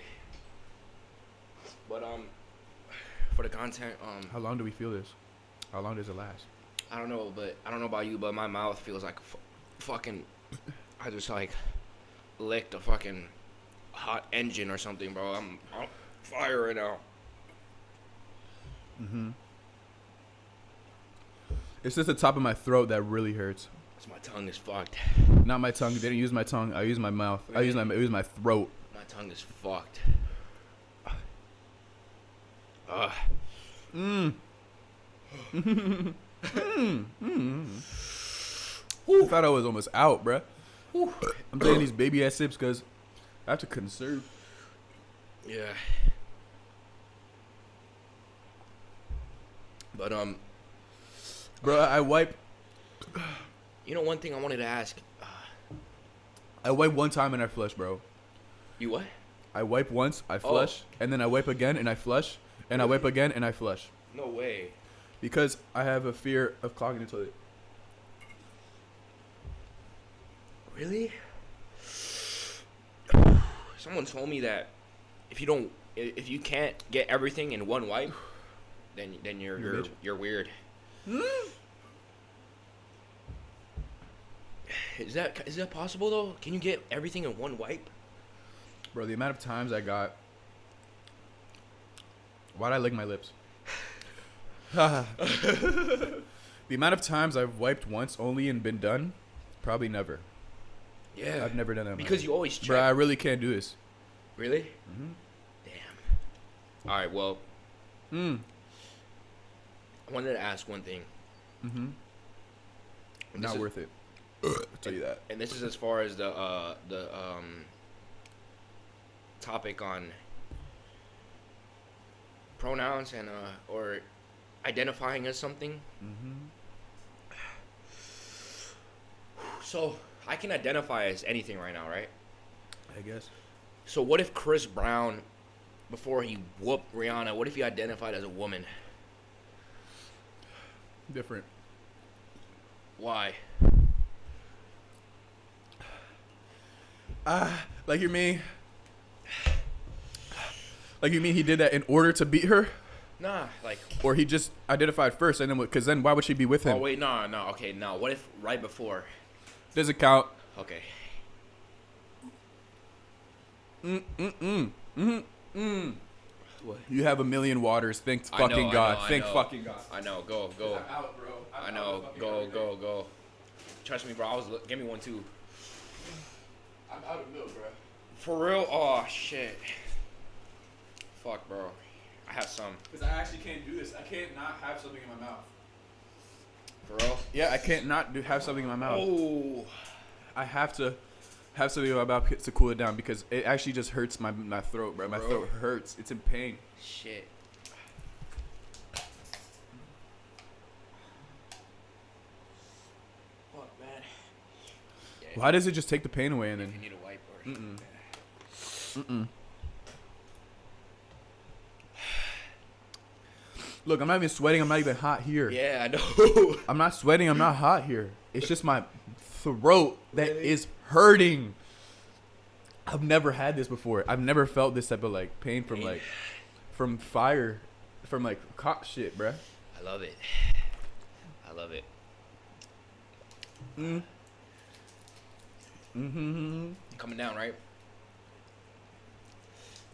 Speaker 2: But um, for the content, um,
Speaker 1: How long do we feel this? How long does it last?
Speaker 2: I don't know, but I don't know about you, but my mouth feels like f- fucking. I just like licked a fucking hot engine or something, bro. I'm on fire right now.
Speaker 1: It's just the top of my throat that really hurts.
Speaker 2: Cause my tongue is fucked.
Speaker 1: Not my tongue. They didn't use my tongue. I use my mouth. I use my I use my throat.
Speaker 2: My tongue is fucked. Ugh.
Speaker 1: Mm. I thought I was almost out, bruh. I'm taking these baby ass sips because I have to conserve.
Speaker 2: Yeah. But um,
Speaker 1: Bruh, I wipe
Speaker 2: you know one thing I wanted to ask. Uh,
Speaker 1: I wipe one time and I flush, bro.
Speaker 2: you what?
Speaker 1: I wipe once, I flush, and then I wipe again and I flush, and I wipe again and I flush.
Speaker 2: No way.
Speaker 1: Because I have a fear of clogging the toilet.
Speaker 2: Really? Someone told me that if you don't, i- if you can't get everything in one wipe, then then you're
Speaker 1: You're
Speaker 2: you're,
Speaker 1: bitch.
Speaker 2: you're weird. Is that is that possible though? Can you get everything in one wipe?
Speaker 1: Bro, the amount of times I got. Why'd I lick my lips? the amount of times I've wiped once only and been done, probably never.
Speaker 2: Yeah,
Speaker 1: I've never done that. in my
Speaker 2: because
Speaker 1: life.
Speaker 2: you always check.
Speaker 1: Bro, I really can't do this.
Speaker 2: Really?
Speaker 1: Mhm.
Speaker 2: Damn. All right. Well,
Speaker 1: Mm.
Speaker 2: I wanted to ask one thing.
Speaker 1: hmm
Speaker 2: This
Speaker 1: Not
Speaker 2: is-
Speaker 1: worth it. I'll tell you that.
Speaker 2: And this is as far as the uh, the um, topic on pronouns and uh, or identifying as something.
Speaker 1: Mm-hmm.
Speaker 2: So I can identify as anything right now, right?
Speaker 1: I guess.
Speaker 2: So what if Chris Brown, before he whooped Rihanna, what if he identified as a woman?
Speaker 1: Different.
Speaker 2: Why?
Speaker 1: Ah, like you mean. Like you mean he did that in order to beat her,
Speaker 2: Nah, like
Speaker 1: or he just identified first and then because then why would she be with him?
Speaker 2: oh wait, nah, nah, okay, nah. What if right before?
Speaker 1: Doesn't count.
Speaker 2: Okay,
Speaker 1: Mm mm mm mm mm.
Speaker 2: What?
Speaker 1: You have a million waters. Thank
Speaker 2: I
Speaker 1: fucking
Speaker 2: know, I
Speaker 1: God.
Speaker 2: know, I
Speaker 1: Thank
Speaker 2: know.
Speaker 1: fucking God.
Speaker 2: I know. Go, go.
Speaker 1: I'm out, bro. I'm
Speaker 2: I
Speaker 1: out
Speaker 2: know.
Speaker 1: of fucking
Speaker 2: Go,
Speaker 1: everything.
Speaker 2: go, go. Trust me, bro. I was look, give me one too.
Speaker 1: I'm out of milk, bro.
Speaker 2: For real? Oh shit. Fuck, bro. I have some.
Speaker 1: Because I actually can't do this. I can't not have something in my mouth.
Speaker 2: For real?
Speaker 1: Yeah, I can't not do, have something in my mouth.
Speaker 2: Oh.
Speaker 1: I have to have something in my mouth to cool it down because it actually just hurts my my throat, bro. My
Speaker 2: Bro.
Speaker 1: throat hurts. It's in pain.
Speaker 2: Shit. Fuck, man. Yeah,
Speaker 1: Why does it just take the pain away and
Speaker 2: If
Speaker 1: then?
Speaker 2: you need a wipe or.
Speaker 1: Mm-mm. Mm-mm. Look, I'm not even sweating. I'm not even hot here.
Speaker 2: Yeah, I know.
Speaker 1: I'm not sweating. I'm not hot here. It's just my throat that is
Speaker 2: Really?
Speaker 1: hurting. I've never had this before. I've never felt this type of like pain from
Speaker 2: Pain.
Speaker 1: like from fire, from like cop shit, bruh.
Speaker 2: I love it. I love it.
Speaker 1: Mm. Mm-hmm.
Speaker 2: coming down, right?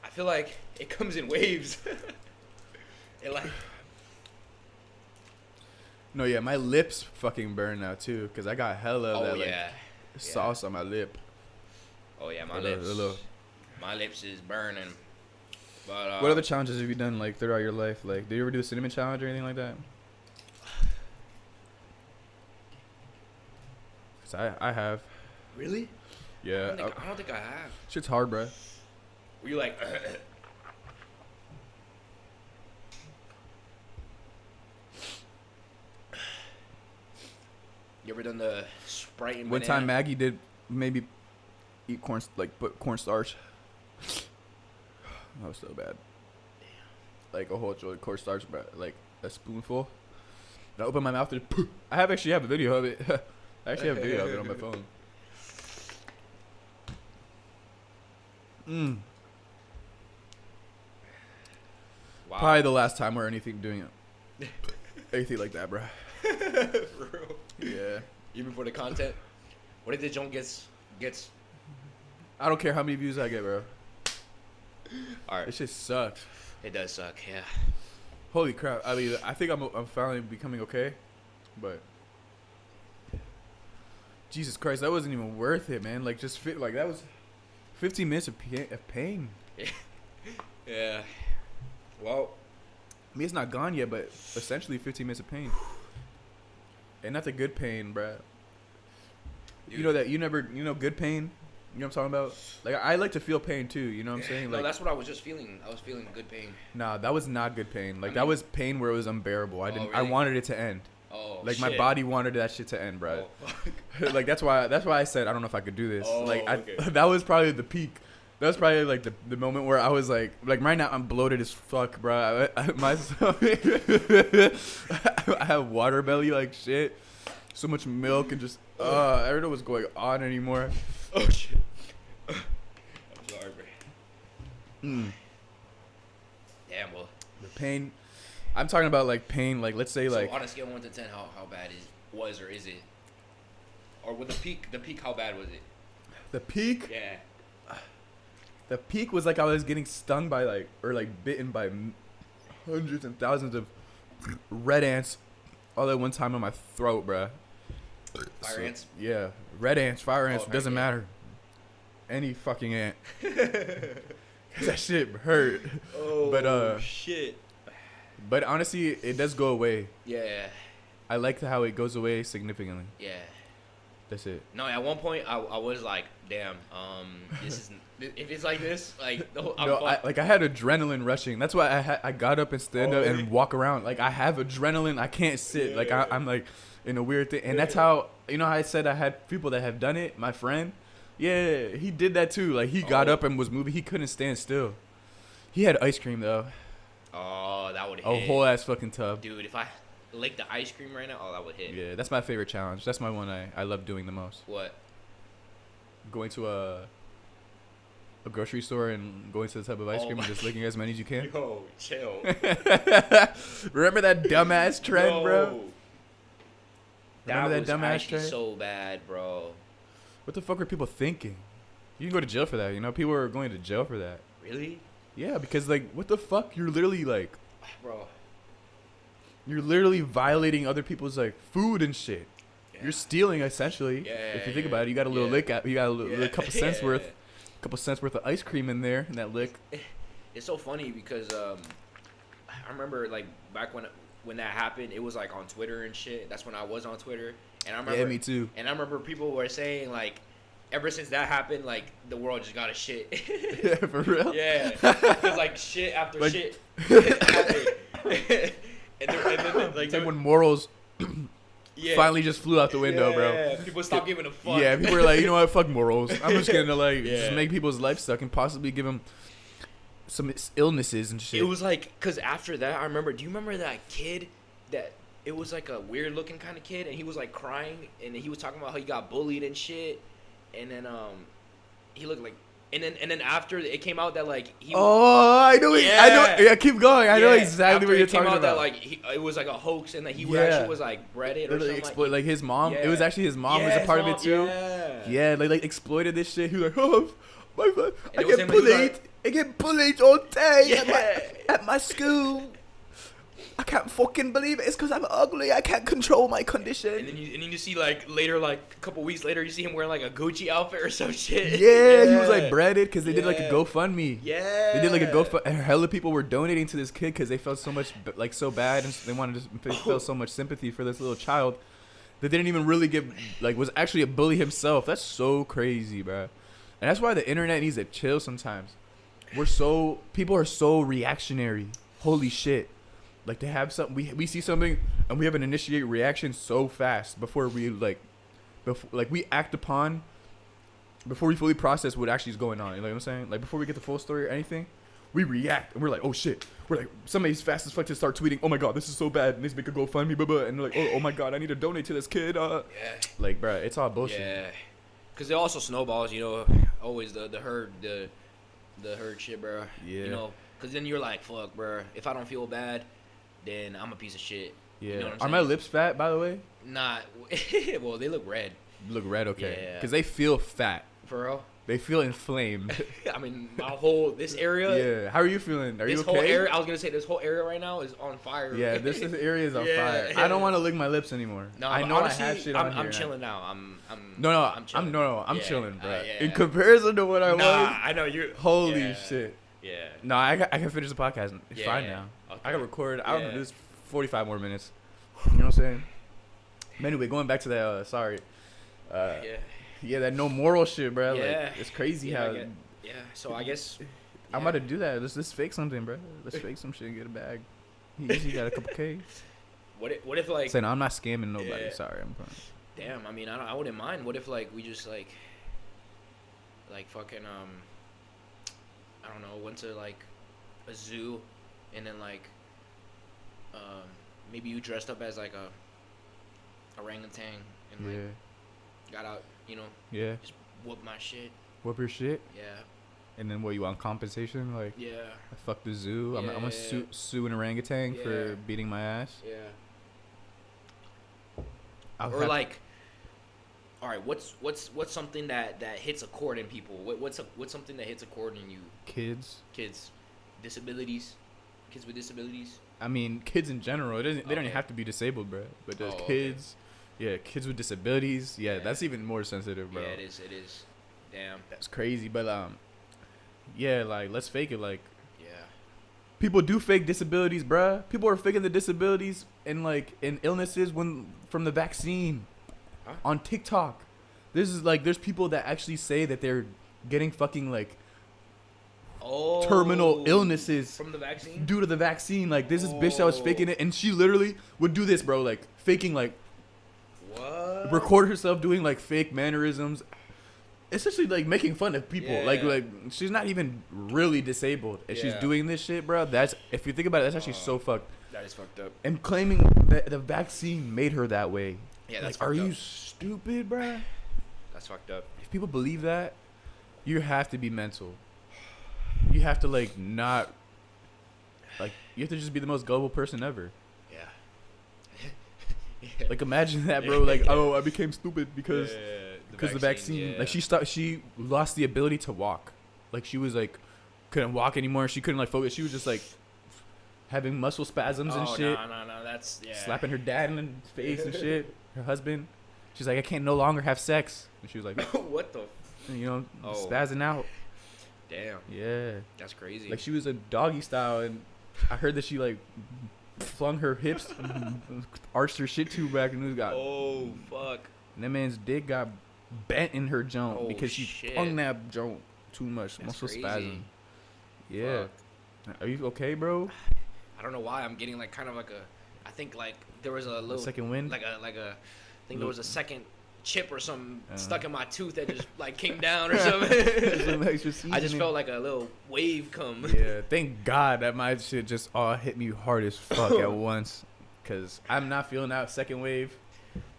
Speaker 2: I feel like it comes in waves. it like
Speaker 1: No, yeah, my lips fucking burn now too, cause I got hella of
Speaker 2: oh
Speaker 1: that like
Speaker 2: yeah,
Speaker 1: sauce on my lip.
Speaker 2: oh yeah, my
Speaker 1: Hello,
Speaker 2: lips,
Speaker 1: hello. my
Speaker 2: my lips is burning. But uh,
Speaker 1: What other challenges have you done like throughout your life? Like, do you ever do a cinnamon challenge or anything like that? Cause I, I have.
Speaker 2: really? I
Speaker 1: Yeah,
Speaker 2: don't,
Speaker 1: I,
Speaker 2: think, I don't think I have.
Speaker 1: shit's hard, bro.
Speaker 2: Were you like? you ever done the Sprite and
Speaker 1: One time
Speaker 2: banana?
Speaker 1: Maggie did maybe eat corn like put cornstarch. That was so bad. Like a whole joint of cornstarch, bro. Like a spoonful. And I opened my mouth and poof. I have actually have a video of it. I actually have a video of it on my phone. Mm.
Speaker 2: Wow.
Speaker 1: Probably the last time or anything doing it. anything like that, bro.
Speaker 2: For real.
Speaker 1: Yeah.
Speaker 2: Even for the content. What if the joint gets gets?
Speaker 1: I don't care how many views I get, bro.
Speaker 2: All right.
Speaker 1: It just sucks.
Speaker 2: It does suck, yeah.
Speaker 1: Holy crap! I mean, I think I'm I'm finally becoming okay, but Jesus Christ, that wasn't even worth it, man. Like just fit like that was 15 minutes of, pa- of pain.
Speaker 2: Yeah. Well,
Speaker 1: I mean, it's not gone yet, but essentially 15 minutes of pain. And not the good pain, bruh. You
Speaker 2: Dude.
Speaker 1: know that you never you know good pain. You know what I'm talking about? Like I like to feel pain too. You know what I'm saying?
Speaker 2: no,
Speaker 1: Like
Speaker 2: that's what I was just feeling. I was feeling good pain.
Speaker 1: nah, that was not good pain. Like that
Speaker 2: mean-
Speaker 1: was pain where it was unbearable. I
Speaker 2: Oh,
Speaker 1: didn't. I
Speaker 2: really?
Speaker 1: wanted it to end.
Speaker 2: Oh,
Speaker 1: Like my
Speaker 2: shit.
Speaker 1: body wanted that shit to end, bruh.
Speaker 2: Oh, fuck.
Speaker 1: like that's why that's why I said I don't know if I could do this.
Speaker 2: Oh,
Speaker 1: like I,
Speaker 2: okay.
Speaker 1: that was probably the peak. That was probably like the, the moment where I was like like right now I'm bloated as fuck, bro. I, I, my stomach, I have water belly like shit. So much milk and just uh I don't know what's going on anymore.
Speaker 2: oh shit. I'm sorry, bro.
Speaker 1: Mm.
Speaker 2: Damn, well.
Speaker 1: The pain. I'm talking about like pain. Like let's say like
Speaker 2: so on a scale of one to ten, how how bad is was or is it? Or with the peak, the peak, how bad was it?
Speaker 1: the peak.
Speaker 2: Yeah.
Speaker 1: The peak was like I was getting stung by like or like bitten by m- hundreds and thousands of red ants all at one time in my throat, bruh.
Speaker 2: Fire ants?
Speaker 1: Yeah, red ants, fire ants.
Speaker 2: Oh, right,
Speaker 1: doesn't
Speaker 2: yeah.
Speaker 1: matter. Any fucking ant. that shit hurt.
Speaker 2: Oh.
Speaker 1: But, uh,
Speaker 2: Shit.
Speaker 1: But honestly, it does go away.
Speaker 2: Yeah.
Speaker 1: I like how it goes away significantly.
Speaker 2: Yeah.
Speaker 1: That's it.
Speaker 2: No, at one point I, I was like, damn, um, this isn't. If it's like this, like, no, I'm
Speaker 1: no, I,
Speaker 2: fucked.
Speaker 1: like I had adrenaline rushing. That's why I ha- I got up and stand
Speaker 2: Oh,
Speaker 1: up
Speaker 2: really?
Speaker 1: and walk around. Like I have adrenaline. I can't sit.
Speaker 2: Yeah,
Speaker 1: like
Speaker 2: yeah,
Speaker 1: I,
Speaker 2: yeah.
Speaker 1: I'm like in a weird thing. And that's how you know how I said I had people that have done it. My friend, yeah, he did that too. Like he got
Speaker 2: Oh.
Speaker 1: up and was moving. He couldn't stand still. He had ice cream though.
Speaker 2: oh, that would hit.
Speaker 1: A whole ass fucking tub.
Speaker 2: Dude, if I lick the ice cream right now, oh, that would hit.
Speaker 1: Yeah, that's my favorite challenge. That's my one I, I love doing the most.
Speaker 2: What?
Speaker 1: Going to a a grocery store and going to the tub of ice
Speaker 2: Oh
Speaker 1: cream
Speaker 2: my-
Speaker 1: and just licking as many as you can.
Speaker 2: Yo, chill.
Speaker 1: Remember that dumbass trend, bro?
Speaker 2: Yo.
Speaker 1: Remember that
Speaker 2: was
Speaker 1: dumbass
Speaker 2: actually
Speaker 1: trend?
Speaker 2: so bad, bro.
Speaker 1: What the fuck were people thinking? You can go to jail for that, you know? People are going to jail for that.
Speaker 2: Really?
Speaker 1: Yeah, because, like, what the fuck? You're literally, like,
Speaker 2: Bro.
Speaker 1: you're literally violating other people's, like, food and shit.
Speaker 2: Yeah.
Speaker 1: You're stealing, essentially.
Speaker 2: Yeah,
Speaker 1: if you
Speaker 2: yeah,
Speaker 1: think about it, you got a little
Speaker 2: yeah.
Speaker 1: lick out, you got a little,
Speaker 2: Yeah.
Speaker 1: little couple cents
Speaker 2: Yeah.
Speaker 1: worth, couple cents worth of ice cream in there, in that lick.
Speaker 2: It's so funny because um, I remember like back when when that happened, it was like on Twitter and shit. That's when I was on Twitter, and I remember.
Speaker 1: Yeah, me too.
Speaker 2: And I remember people were saying like, ever since that happened, like the world just got a shit.
Speaker 1: yeah, for real?
Speaker 2: yeah, it's like shit after
Speaker 1: Like-
Speaker 2: shit. happened. and then, and then like
Speaker 1: It's like
Speaker 2: there-
Speaker 1: when morals
Speaker 2: yeah,
Speaker 1: finally just flew out the window, bro.
Speaker 2: yeah, People stopped giving a fuck.
Speaker 1: Yeah, people are like, you know what? Fuck morals. I'm just gonna like just
Speaker 2: Yeah.
Speaker 1: make people's life suck and possibly give them some s- illnesses and shit.
Speaker 2: It was like, cause after that, I remember. Do you remember that kid that it was like a weird looking kind of kid, and he was like crying, and he was talking about how he got bullied and shit, and then um, he looked like, and then and then after it came out that like he.
Speaker 1: oh, I know. it I know.
Speaker 2: Yeah.
Speaker 1: Yeah, keep going. I know
Speaker 2: Yeah,
Speaker 1: exactly
Speaker 2: after
Speaker 1: what
Speaker 2: it
Speaker 1: you're
Speaker 2: came
Speaker 1: talking
Speaker 2: out
Speaker 1: about.
Speaker 2: That like he, it was like a hoax, and that he
Speaker 1: Yeah.
Speaker 2: actually was like breaded
Speaker 1: They,
Speaker 2: or
Speaker 1: like,
Speaker 2: something.
Speaker 1: exploit, like his mom. It
Speaker 2: Yeah.
Speaker 1: was actually his mom was
Speaker 2: Yeah,
Speaker 1: a
Speaker 2: his
Speaker 1: part of
Speaker 2: mom-
Speaker 1: it too.
Speaker 2: Yeah.
Speaker 1: Yeah, they like exploited this shit. He was like, oh, my, my, I
Speaker 2: And it was
Speaker 1: get
Speaker 2: him, he was
Speaker 1: bullied.
Speaker 2: like-
Speaker 1: I get bullied all day at, my,
Speaker 2: Yeah.
Speaker 1: at my school. I can't fucking believe it. It's because I'm ugly. I can't control my condition.
Speaker 2: And then you and then you see like later, like a couple weeks later, you see him wearing like a Gucci outfit or some shit.
Speaker 1: yeah, he was like breaded because they did like a
Speaker 2: Yeah.
Speaker 1: GoFundMe.
Speaker 2: Yeah.
Speaker 1: They did like a GoFundMe. Hella people were donating to this kid because they felt so much b- like so bad and s- they wanted to s- they felt so much sympathy for this little child that they didn't even really give like was actually a bully himself. That's so crazy, bro. And that's why the internet needs to chill sometimes. We're so people are so reactionary. Holy shit. Like to have something we we see something and we have an initiate reaction so fast before we like before like we act upon before we fully process what actually is going on. You know what I'm saying? Like before we get the full story or anything, we react and we're like, oh shit. We're like, somebody's fast as fuck to start tweeting. Oh my god, this is so bad. And they make a GoFundMe, blah blah. And they're like, oh, oh my god, I need to donate to this kid. Uh,
Speaker 2: Yeah.
Speaker 1: like, bruh, it's all bullshit.
Speaker 2: Yeah, because it also snowballs. You know, always the the herd the the herd shit, bro.
Speaker 1: Yeah.
Speaker 2: You know, because then you're like, fuck, bro. If I don't feel bad, then I'm a piece of shit.
Speaker 1: Yeah.
Speaker 2: You know what I'm
Speaker 1: are
Speaker 2: saying?
Speaker 1: my lips fat? By the way,
Speaker 2: Not well. They look red,
Speaker 1: look red. Okay.
Speaker 2: Yeah.
Speaker 1: Because they feel fat.
Speaker 2: for real.
Speaker 1: They feel inflamed.
Speaker 2: I mean, my whole this area,
Speaker 1: yeah. How are you feeling? Are
Speaker 2: this
Speaker 1: you okay?
Speaker 2: whole area. I was gonna say this whole area right now is on fire.
Speaker 1: yeah, this is, area is on
Speaker 2: Yeah,
Speaker 1: fire.
Speaker 2: yeah.
Speaker 1: I don't want to lick my lips anymore.
Speaker 2: No,
Speaker 1: I
Speaker 2: but
Speaker 1: know
Speaker 2: honestly,
Speaker 1: I have shit
Speaker 2: I'm,
Speaker 1: on here.
Speaker 2: I'm
Speaker 1: now.
Speaker 2: chilling now. I'm. I'm.
Speaker 1: No, no,
Speaker 2: I'm
Speaker 1: I'm,
Speaker 2: chilling.
Speaker 1: no, no, I'm
Speaker 2: Yeah,
Speaker 1: chilling,
Speaker 2: uh,
Speaker 1: bro.
Speaker 2: yeah.
Speaker 1: In comparison to what I
Speaker 2: Nah,
Speaker 1: was,
Speaker 2: I know you.
Speaker 1: holy
Speaker 2: yeah,
Speaker 1: shit.
Speaker 2: Yeah.
Speaker 1: No, I, ca- I can finish the podcast. It's
Speaker 2: Yeah,
Speaker 1: fine
Speaker 2: yeah.
Speaker 1: now.
Speaker 2: Okay.
Speaker 1: I can record. I don't
Speaker 2: Yeah.
Speaker 1: know this 45 more minutes. You know what I'm saying? But anyway, going back to that. Uh, sorry. Uh, yeah.
Speaker 2: yeah.
Speaker 1: that no moral shit, bro.
Speaker 2: Yeah.
Speaker 1: Like, it's crazy
Speaker 2: Yeah, I
Speaker 1: how
Speaker 2: get- Yeah. So I guess.
Speaker 1: I'm about to do that. Let's let's fake something, bro. Let's fake some shit and get a bag. You easy got a couple K.
Speaker 2: What if, what if like
Speaker 1: Saying I'm not scamming nobody.
Speaker 2: Yeah.
Speaker 1: Sorry, I'm fine.
Speaker 2: damn I mean I, don't, I wouldn't mind what if like we just like like fucking um I don't know went to like a zoo and then like um maybe you dressed up as like a orangutan and like got out you know
Speaker 1: Yeah, yeah.
Speaker 2: just whoop my shit
Speaker 1: Whoop your shit,
Speaker 2: yeah
Speaker 1: and then what you want compensation? Like
Speaker 2: yeah
Speaker 1: I fucked the zoo. I'm, I'm
Speaker 2: Yeah.
Speaker 1: gonna sue, sue an orangutan
Speaker 2: Yeah.
Speaker 1: for beating my ass.
Speaker 2: yeah
Speaker 1: I'll
Speaker 2: or
Speaker 1: have-
Speaker 2: like all right what's what's what's something that that hits a chord in people what, what's a, what's something that hits a chord in you
Speaker 1: kids.
Speaker 2: kids disabilities kids with disabilities
Speaker 1: I mean, kids in general. It doesn't. They don't
Speaker 2: Okay.
Speaker 1: even have to be disabled, bro. But there's
Speaker 2: Oh, okay.
Speaker 1: kids. Yeah, kids with disabilities. Yeah,
Speaker 2: Yeah.
Speaker 1: that's even more sensitive, bro.
Speaker 2: yeah it is it is damn
Speaker 1: That's crazy. But um, yeah, like let's fake it. Like
Speaker 2: yeah
Speaker 1: people do fake disabilities, bruh. People are faking the disabilities and like and illnesses when from the vaccine
Speaker 2: Huh?
Speaker 1: on TikTok. This is like there's people that actually say that they're getting fucking like
Speaker 2: oh
Speaker 1: Terminal illnesses.
Speaker 2: from the vaccine
Speaker 1: due to the vaccine. Like there's this bitch that was faking it, and she literally would do this, bro. Like faking like
Speaker 2: what
Speaker 1: record herself doing like fake mannerisms. Essentially, like making fun of people. Like,
Speaker 2: Yeah.
Speaker 1: like she's not even really disabled, and she's
Speaker 2: Yeah.
Speaker 1: doing this shit, bro. That's if you think about it, that's actually
Speaker 2: Uh.
Speaker 1: so fucked.
Speaker 2: that is fucked up
Speaker 1: and claiming that the vaccine made her that way.
Speaker 2: yeah that's
Speaker 1: like, are
Speaker 2: fucked up.
Speaker 1: you stupid, bruh?
Speaker 2: that's fucked up
Speaker 1: If people believe that, you have to be mental. You have to like not like you have to just be the most gullible person ever.
Speaker 2: yeah
Speaker 1: Like imagine that, bro. Like oh, I became stupid because because the vaccine. Like she stopped. She lost the ability to walk. Like she was like couldn't walk anymore. She couldn't like focus. She was just like having muscle spasms and
Speaker 2: oh,
Speaker 1: shit.
Speaker 2: no no no that's yeah
Speaker 1: slapping her dad in the face and shit. Her husband. She's like, I can't no longer have sex. And she was like, "Mm,
Speaker 2: what the
Speaker 1: you know,
Speaker 2: Oh.
Speaker 1: spazzing out.
Speaker 2: damn
Speaker 1: Yeah.
Speaker 2: that's crazy
Speaker 1: Like she was a doggy style, and I heard that she like flung her hips, arched her shit too back, and it got.
Speaker 2: oh fuck
Speaker 1: And that man's dick got bent in her joint
Speaker 2: Oh,
Speaker 1: because she
Speaker 2: shit.
Speaker 1: flung that joint too much,
Speaker 2: That's
Speaker 1: muscle
Speaker 2: crazy.
Speaker 1: spasm. Yeah.
Speaker 2: Fuck.
Speaker 1: Are you okay, bro?
Speaker 2: I don't know why I'm getting like kind of like a. I think like there was a little
Speaker 1: second wind?
Speaker 2: like a like a. I think there was a second chip or something
Speaker 1: Uh-huh.
Speaker 2: stuck in my tooth that just like came down or something. I just felt like a little wave come.
Speaker 1: yeah, thank God that my shit just all hit me hard as fuck at once. Cause I'm not feeling that second wave.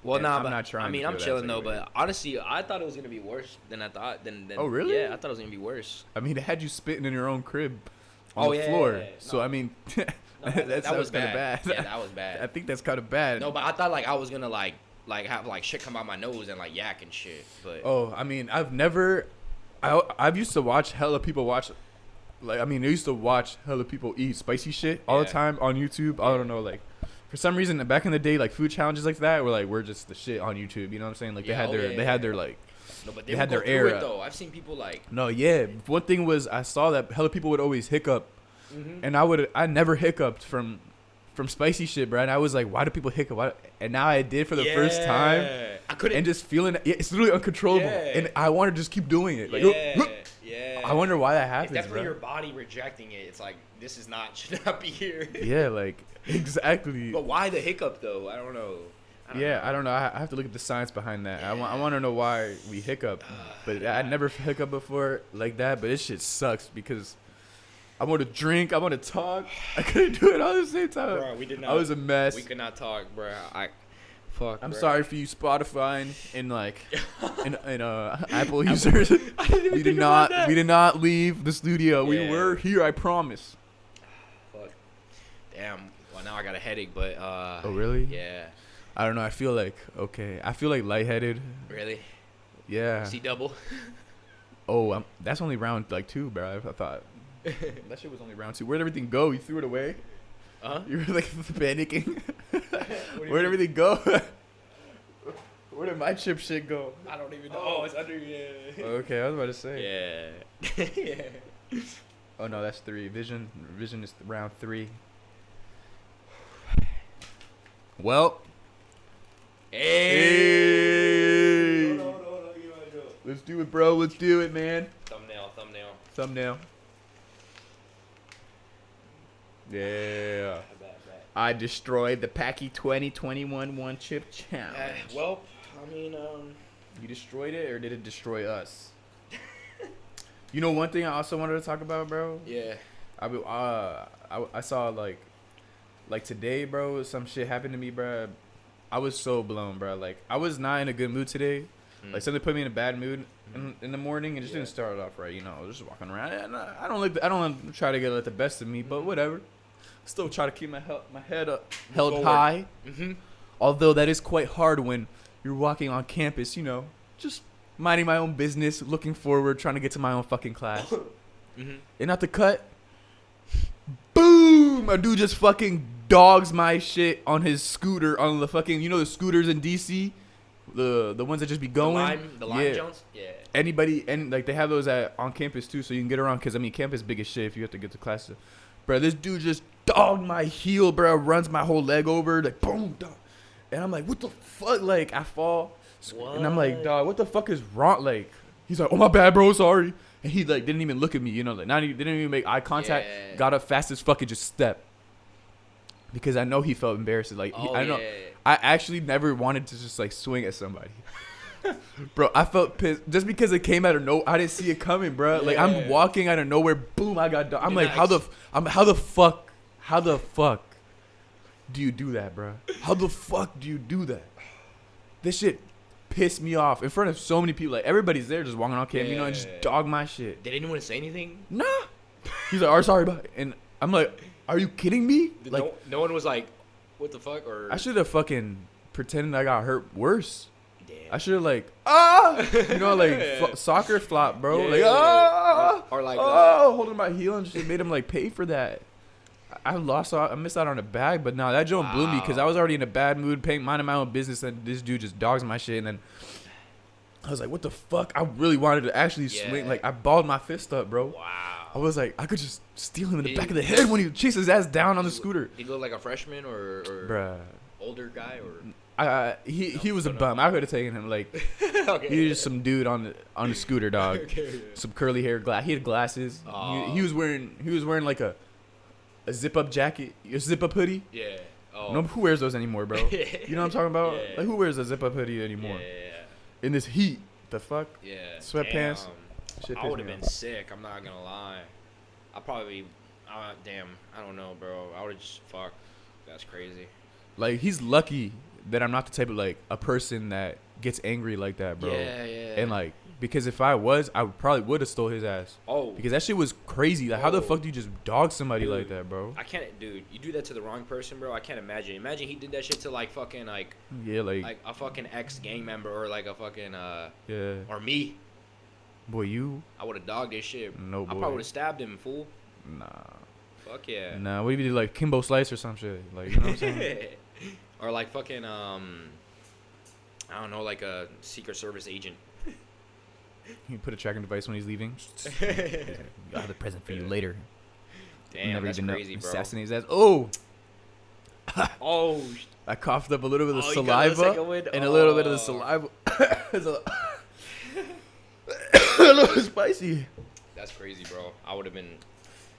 Speaker 2: Well,
Speaker 1: Yeah,
Speaker 2: nah,
Speaker 1: I'm
Speaker 2: but
Speaker 1: not trying
Speaker 2: I
Speaker 1: to
Speaker 2: mean, I'm
Speaker 1: feel that
Speaker 2: chilling though.
Speaker 1: second
Speaker 2: But honestly, I thought it was gonna be worse than I thought. Than, than
Speaker 1: Oh, really?
Speaker 2: Yeah, I thought it was gonna be worse.
Speaker 1: I mean, it had you spitting in your own crib on
Speaker 2: Oh,
Speaker 1: the
Speaker 2: yeah,
Speaker 1: floor.
Speaker 2: yeah, yeah.
Speaker 1: So
Speaker 2: No.
Speaker 1: I mean,
Speaker 2: No,
Speaker 1: that, sounds kind of bad.
Speaker 2: Yeah, that was
Speaker 1: I
Speaker 2: bad.
Speaker 1: think that's kind of bad.
Speaker 2: No, but I thought like I was gonna like like have like shit come out my nose and like yak and shit. But
Speaker 1: oh, I mean, I've never. I I've used to watch hella people watch. Like I mean, I used to watch hella people eat spicy shit all the
Speaker 2: Yeah.
Speaker 1: time on YouTube. I don't know, like for some reason back in the day, like food challenges like that were like we're just the shit on YouTube. You know what I'm saying? Like
Speaker 2: Yeah,
Speaker 1: they had
Speaker 2: oh,
Speaker 1: their
Speaker 2: yeah,
Speaker 1: they
Speaker 2: yeah,
Speaker 1: had their
Speaker 2: yeah.
Speaker 1: like
Speaker 2: no, but
Speaker 1: they
Speaker 2: would
Speaker 1: had
Speaker 2: go
Speaker 1: their
Speaker 2: through
Speaker 1: era.
Speaker 2: It, though I've seen people like.
Speaker 1: No, yeah. One thing was I saw that hella people would always hiccup,
Speaker 2: Mhm.
Speaker 1: and I would I never hiccuped from from spicy shit, bro. And I was like, why do people hiccup? Why? And now I did for the first time,
Speaker 2: Yeah. I couldn't.
Speaker 1: and just feeling yeah, it's literally uncontrollable,
Speaker 2: Yeah.
Speaker 1: and I want to just keep doing it. Like,
Speaker 2: yeah, yeah.
Speaker 1: I wonder why that
Speaker 2: It's
Speaker 1: happens,
Speaker 2: definitely
Speaker 1: bro.
Speaker 2: your body rejecting it. It's like this is not should not be here.
Speaker 1: yeah, like exactly.
Speaker 2: but why the hiccup though? I don't know. I don't
Speaker 1: yeah, I don't know. I, I have to look at the science behind that. I, wa- I want to know why we hiccup, but I never hiccup before like that. But this shit sucks because I want to drink, I want to talk, I couldn't do it all at the same time.
Speaker 2: know. Bro, we did not.
Speaker 1: I was a mess.
Speaker 2: we could not talk, bro. I fuck.
Speaker 1: I'm
Speaker 2: bro.
Speaker 1: sorry for you Spotify and, and like and, and uh, Apple users.
Speaker 2: I didn't
Speaker 1: we
Speaker 2: even think
Speaker 1: did not
Speaker 2: about that.
Speaker 1: we did not leave the studio.
Speaker 2: Yeah.
Speaker 1: We were here, I promise.
Speaker 2: Fuck. Damn. Well, now I got a headache, but uh.
Speaker 1: Oh, really?
Speaker 2: Yeah.
Speaker 1: I don't know. I feel like okay. I feel like lightheaded.
Speaker 2: Really?
Speaker 1: Yeah.
Speaker 2: See double.
Speaker 1: Oh, I'm, that's only round like two, bro. I, I thought that shit was only round two. Where'd everything go? You threw it away.
Speaker 2: Huh?
Speaker 1: You were like panicking.
Speaker 2: What do you
Speaker 1: Where'd
Speaker 2: mean?
Speaker 1: everything go? Where did my chip shit go?
Speaker 3: I don't even know.
Speaker 2: know.
Speaker 3: it's under yeah.
Speaker 1: Okay, I was about to say.
Speaker 2: Oh, Yeah.
Speaker 3: yeah.
Speaker 1: Oh no, that's three. Vision, vision is round three. Well,
Speaker 2: Eh. Hey.
Speaker 1: Hey. let's do it, bro. Let's do it, man.
Speaker 2: Thumbnail. Thumbnail.
Speaker 1: Thumbnail. Yeah.
Speaker 2: I bet, I bet.
Speaker 1: I destroyed the Packy 2021 One Chip Challenge.
Speaker 2: Uh, well, I mean, um,
Speaker 1: You destroyed it, or did it destroy us? you know, one thing I also wanted to talk about, bro.
Speaker 2: yeah.
Speaker 1: I be- uh, I, I saw like, like today, bro. Some shit happened to me, bro. I was so blown, bro. Like I was not in a good mood today. Like something put me in a bad mood in, in the morning, and just
Speaker 2: Mm. Yeah.
Speaker 1: didn't start it off right. You know, I was just walking around. And I, I don't like. I don't try to get at the best of me,
Speaker 2: Mm.
Speaker 1: but whatever. Still try to keep my hel- my head up, held
Speaker 2: forward.
Speaker 1: high.
Speaker 2: Mm-hmm.
Speaker 1: Although that is quite hard when you're walking on campus, you know, just minding my own business, looking forward, trying to get to my own fucking class.
Speaker 2: Mm-hmm.
Speaker 1: and not the cut, boom! A dude just fucking dogs my shit on his scooter on the fucking you know the scooters in DC, the the ones that just be going.
Speaker 2: the lime, the lime
Speaker 1: yeah.
Speaker 2: Jones. Yeah.
Speaker 1: Anybody and like they have those at on campus too, so you can get around. Cause I mean, campus big as shit if you have to get to class. Bro, this dude just dogged my heel, bro. Runs my whole leg over, like boom, dog. and I'm like, what the fuck? Like I fall, sc- and I'm like,
Speaker 2: What?
Speaker 1: dog, what the fuck is wrong? Like he's like, oh my bad, bro, sorry. And he like didn't even look at me, you know, like not even, didn't even make eye contact.
Speaker 2: Yeah.
Speaker 1: Got up fast as fuck and just stepped because I know he felt embarrassed. Like he,
Speaker 2: Oh,
Speaker 1: I don't
Speaker 2: yeah.
Speaker 1: know. I actually never wanted to just like swing at somebody. bro, I felt pissed just because it came out of no. I didn't see it coming, bro. Like I'm
Speaker 3: Yeah.
Speaker 1: walking out of nowhere, boom! I got. Do- I'm
Speaker 2: did
Speaker 1: like,
Speaker 2: not
Speaker 1: how the?
Speaker 2: ex-
Speaker 1: F- I'm how the fuck? How the fuck do you do that, bro? How the fuck do you do that? This shit pissed me off in front of so many people. Like everybody's there, just walking on camera, you know, and just
Speaker 2: Yeah.
Speaker 1: dog my shit.
Speaker 2: Did anyone say anything?
Speaker 1: Nah. He's like, "Oh, sorry, bye," and I'm like, "Are you kidding me?"
Speaker 2: Did
Speaker 1: Like,
Speaker 2: no, no one was like, "What the fuck?" Or
Speaker 1: I should have fucking pretended I got hurt worse.
Speaker 2: Damn.
Speaker 1: I should have like ah, you know, like fl- soccer flop, bro.
Speaker 2: Yeah,
Speaker 1: like
Speaker 2: yeah, yeah.
Speaker 1: ah,
Speaker 2: Or like, uh,
Speaker 1: oh, holding my heel and shit made him like pay for that. I- I lost, out, I missed out on a bag, but no, that joint blew me because I
Speaker 2: Wow.
Speaker 1: was already in a bad mood, paying minding my own business, and this dude just dogs my shit, and then. I was like, "What the fuck?" I really wanted to actually swing.
Speaker 2: Yeah.
Speaker 1: Like, I balled my fist up, bro. I
Speaker 2: wow.
Speaker 1: was like, I could just steal him in the
Speaker 2: He-
Speaker 1: back of the head when he chases his ass down on the
Speaker 2: He-
Speaker 1: scooter,
Speaker 2: He looked like a freshman or, or
Speaker 1: bruh.
Speaker 2: older guy or.
Speaker 1: I, I he he was a
Speaker 2: no, no.
Speaker 1: bum. I could have taken him. Like,
Speaker 2: okay.
Speaker 1: He was just some dude on the on the scooter, dog.
Speaker 2: Okay, yeah.
Speaker 1: Some curly hair, gla- he had glasses. He, he
Speaker 2: Aw.
Speaker 1: was wearing he was wearing like a a zip up jacket, a zip up hoodie.
Speaker 2: Yeah. Oh.
Speaker 1: No, who wears those anymore, bro? you know what I'm talking about?
Speaker 2: Yeah.
Speaker 1: Like who wears a zip up hoodie anymore
Speaker 2: Yeah.
Speaker 1: in this heat? The fuck?
Speaker 2: Yeah.
Speaker 1: Sweatpants.
Speaker 2: Damn.
Speaker 1: Shit
Speaker 2: I
Speaker 1: pissed
Speaker 2: would have
Speaker 1: me
Speaker 2: been
Speaker 1: off.
Speaker 2: sick. I'm not gonna lie. I probably, uh, damn, I don't know, bro. I would have just fuck. That's crazy.
Speaker 1: like he's lucky that I'm not the type of like a person that gets angry like that, bro.
Speaker 2: Yeah, yeah.
Speaker 1: And like because if I was, I probably would have stole his ass
Speaker 2: oh,
Speaker 1: because that shit was crazy. Like how the
Speaker 2: Oh.
Speaker 1: fuck do you just dog somebody like
Speaker 2: Dude.
Speaker 1: that, bro?
Speaker 2: I can't, dude. You do that to the wrong person, bro. I can't imagine. Imagine he did that shit to like fucking like
Speaker 1: Yeah, like,
Speaker 2: like a fucking ex gang member or like a fucking uh
Speaker 1: yeah,
Speaker 2: or me.
Speaker 1: boy, you
Speaker 2: I would have dogged this shit.
Speaker 1: No,
Speaker 2: I
Speaker 1: boy.
Speaker 2: probably would have stabbed him, fool.
Speaker 1: nah.
Speaker 2: Fuck yeah.
Speaker 1: Nah, what if you did like Kimbo Slice or some shit? Like, you know what I'm saying?
Speaker 2: or like fucking um, I don't know, like a secret service agent.
Speaker 1: you put a tracking device when he's leaving. I'll have the present for you
Speaker 2: Yeah.
Speaker 1: later.
Speaker 2: Damn, that's crazy, bro.
Speaker 1: Assassinate his ass. Oh,
Speaker 2: Oh, sh-
Speaker 1: I coughed up a little bit of
Speaker 2: Oh,
Speaker 1: the
Speaker 2: you got
Speaker 1: saliva
Speaker 2: a second wind?
Speaker 1: and a little bit of the
Speaker 2: Oh.
Speaker 1: saliva. It's a a little spicy.
Speaker 2: that's crazy, bro. I would have been.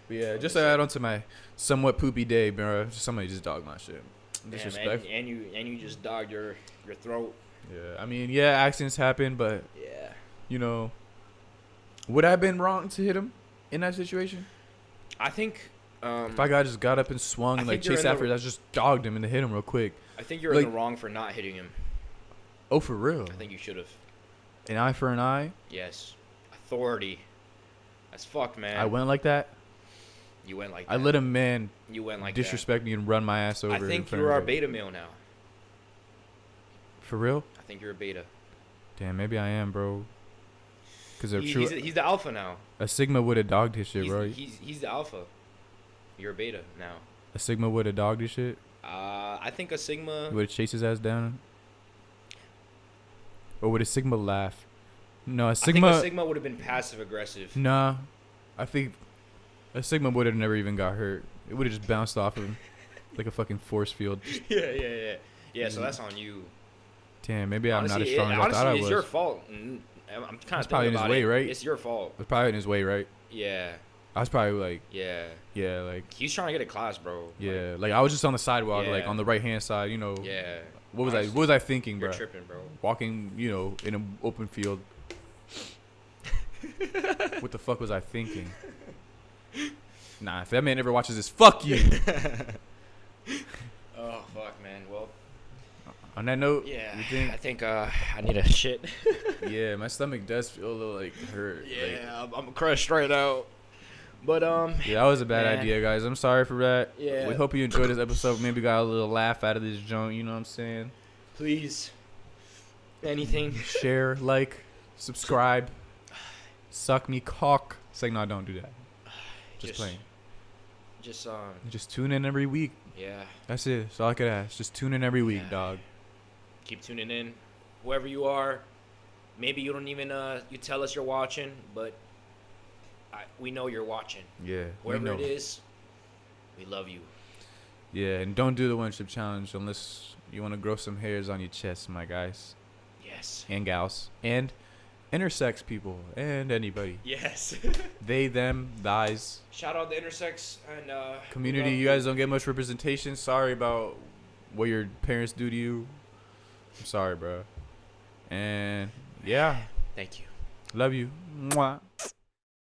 Speaker 1: But yeah, just to add on to my somewhat poopy day, bro. Just somebody just dogged my shit.
Speaker 2: Damn,
Speaker 1: Disrespect.
Speaker 2: and, and you and you just dogged your your throat.
Speaker 1: yeah, I mean, yeah, accidents happen, but
Speaker 2: Yeah.
Speaker 1: you know, would I have been wrong to hit him in that situation?
Speaker 2: I think. Um,
Speaker 1: If I got just got up and swung
Speaker 2: I
Speaker 1: and like
Speaker 2: think you're
Speaker 1: chased
Speaker 2: in the-
Speaker 1: after, it, I just dogged him and hit him real quick.
Speaker 2: I think you're in
Speaker 1: like-
Speaker 2: the wrong for not hitting him.
Speaker 1: Oh, for real?
Speaker 2: I think you should have.
Speaker 1: An eye for an eye.
Speaker 2: Yes. Authority. That's fucked, man.
Speaker 1: I went like that.
Speaker 2: You went like.
Speaker 1: I let a man
Speaker 2: that. You went like. that.
Speaker 1: disrespect me and run my ass over.
Speaker 2: I
Speaker 1: in
Speaker 2: think
Speaker 1: front
Speaker 2: you're
Speaker 1: of
Speaker 2: our
Speaker 1: everybody.
Speaker 2: beta male now.
Speaker 1: For real?
Speaker 2: I think you're a beta.
Speaker 1: Damn, maybe I am, bro. Because a
Speaker 2: He-
Speaker 1: true
Speaker 2: he's, he's the alpha now.
Speaker 1: a sigma would have dogged his shit,
Speaker 2: he's,
Speaker 1: bro.
Speaker 2: he's he's the alpha. You're a beta now.
Speaker 1: A sigma would have dogged his shit.
Speaker 2: Uh, I think a sigma.
Speaker 1: Would have chased his ass down. Or would a sigma laugh? No, a sigma.
Speaker 2: I think a sigma would have been passive aggressive.
Speaker 1: Nah, I think a Sigma would have never even got hurt. It would have just bounced off of him like a fucking force field.
Speaker 2: yeah, yeah, yeah. Yeah, so
Speaker 1: Mm.
Speaker 2: that's on you.
Speaker 1: Damn, maybe I'm not
Speaker 2: Honestly,
Speaker 1: as strong
Speaker 2: it,
Speaker 1: as I thought I
Speaker 2: honestly,
Speaker 1: was.
Speaker 2: it's your fault. Mm, I'm kind of
Speaker 1: That's probably in his way, right?
Speaker 2: It's your fault.
Speaker 1: I was probably in his way, right?
Speaker 2: Yeah,
Speaker 1: I was probably like,
Speaker 2: yeah.
Speaker 1: yeah, like,
Speaker 2: He's trying to get a class, bro. Like,
Speaker 1: yeah, like, I was just on the sidewalk, like
Speaker 2: Yeah.
Speaker 1: on the right hand side, you know.
Speaker 2: yeah.
Speaker 1: What was I?
Speaker 2: Honestly,
Speaker 1: What was I thinking,
Speaker 2: You're
Speaker 1: bro?
Speaker 2: tripping, bro.
Speaker 1: Walking, you know, in an open field. what the fuck was I thinking? Nah, if that man ever watches this, fuck you.
Speaker 2: Oh fuck, man. Well,
Speaker 1: on that note,
Speaker 2: yeah.
Speaker 1: you think
Speaker 2: I think uh, I need a shit.
Speaker 1: Yeah, my stomach does feel a little like hurt. like-
Speaker 2: yeah, I'm, I'm crushed right out. But um,
Speaker 1: yeah, that was a bad
Speaker 2: Man.
Speaker 1: idea, guys. I'm sorry for that.
Speaker 2: Yeah.
Speaker 1: We hope you enjoyed this episode. Maybe got a little laugh out of this joint. You know what I'm saying?
Speaker 2: please, anything.
Speaker 1: Share, like, subscribe, suck me cock. It's like, no, don't do that. Just,
Speaker 2: Just-
Speaker 1: playing.
Speaker 2: Just um,
Speaker 1: Just tune in every week.
Speaker 2: yeah.
Speaker 1: That's it. That's all I could ask. Just tune in every week,
Speaker 2: Yeah.
Speaker 1: dog.
Speaker 2: keep tuning in whoever you are maybe you don't even uh you tell us you're watching but I, we know you're watching
Speaker 1: Yeah. We
Speaker 2: wherever
Speaker 1: know.
Speaker 2: it is we love you
Speaker 1: Yeah, and don't do the one chip challenge unless you want to grow some hairs on your chest, my guys
Speaker 2: yes
Speaker 1: and gals and intersex people and anybody.
Speaker 2: yes
Speaker 1: They, them, thys.
Speaker 2: shout out the intersex and uh we
Speaker 1: community
Speaker 2: love
Speaker 1: you guys don't get much representation sorry about what your parents do to you i'm sorry bro and yeah
Speaker 2: thank you
Speaker 1: love you Mwah.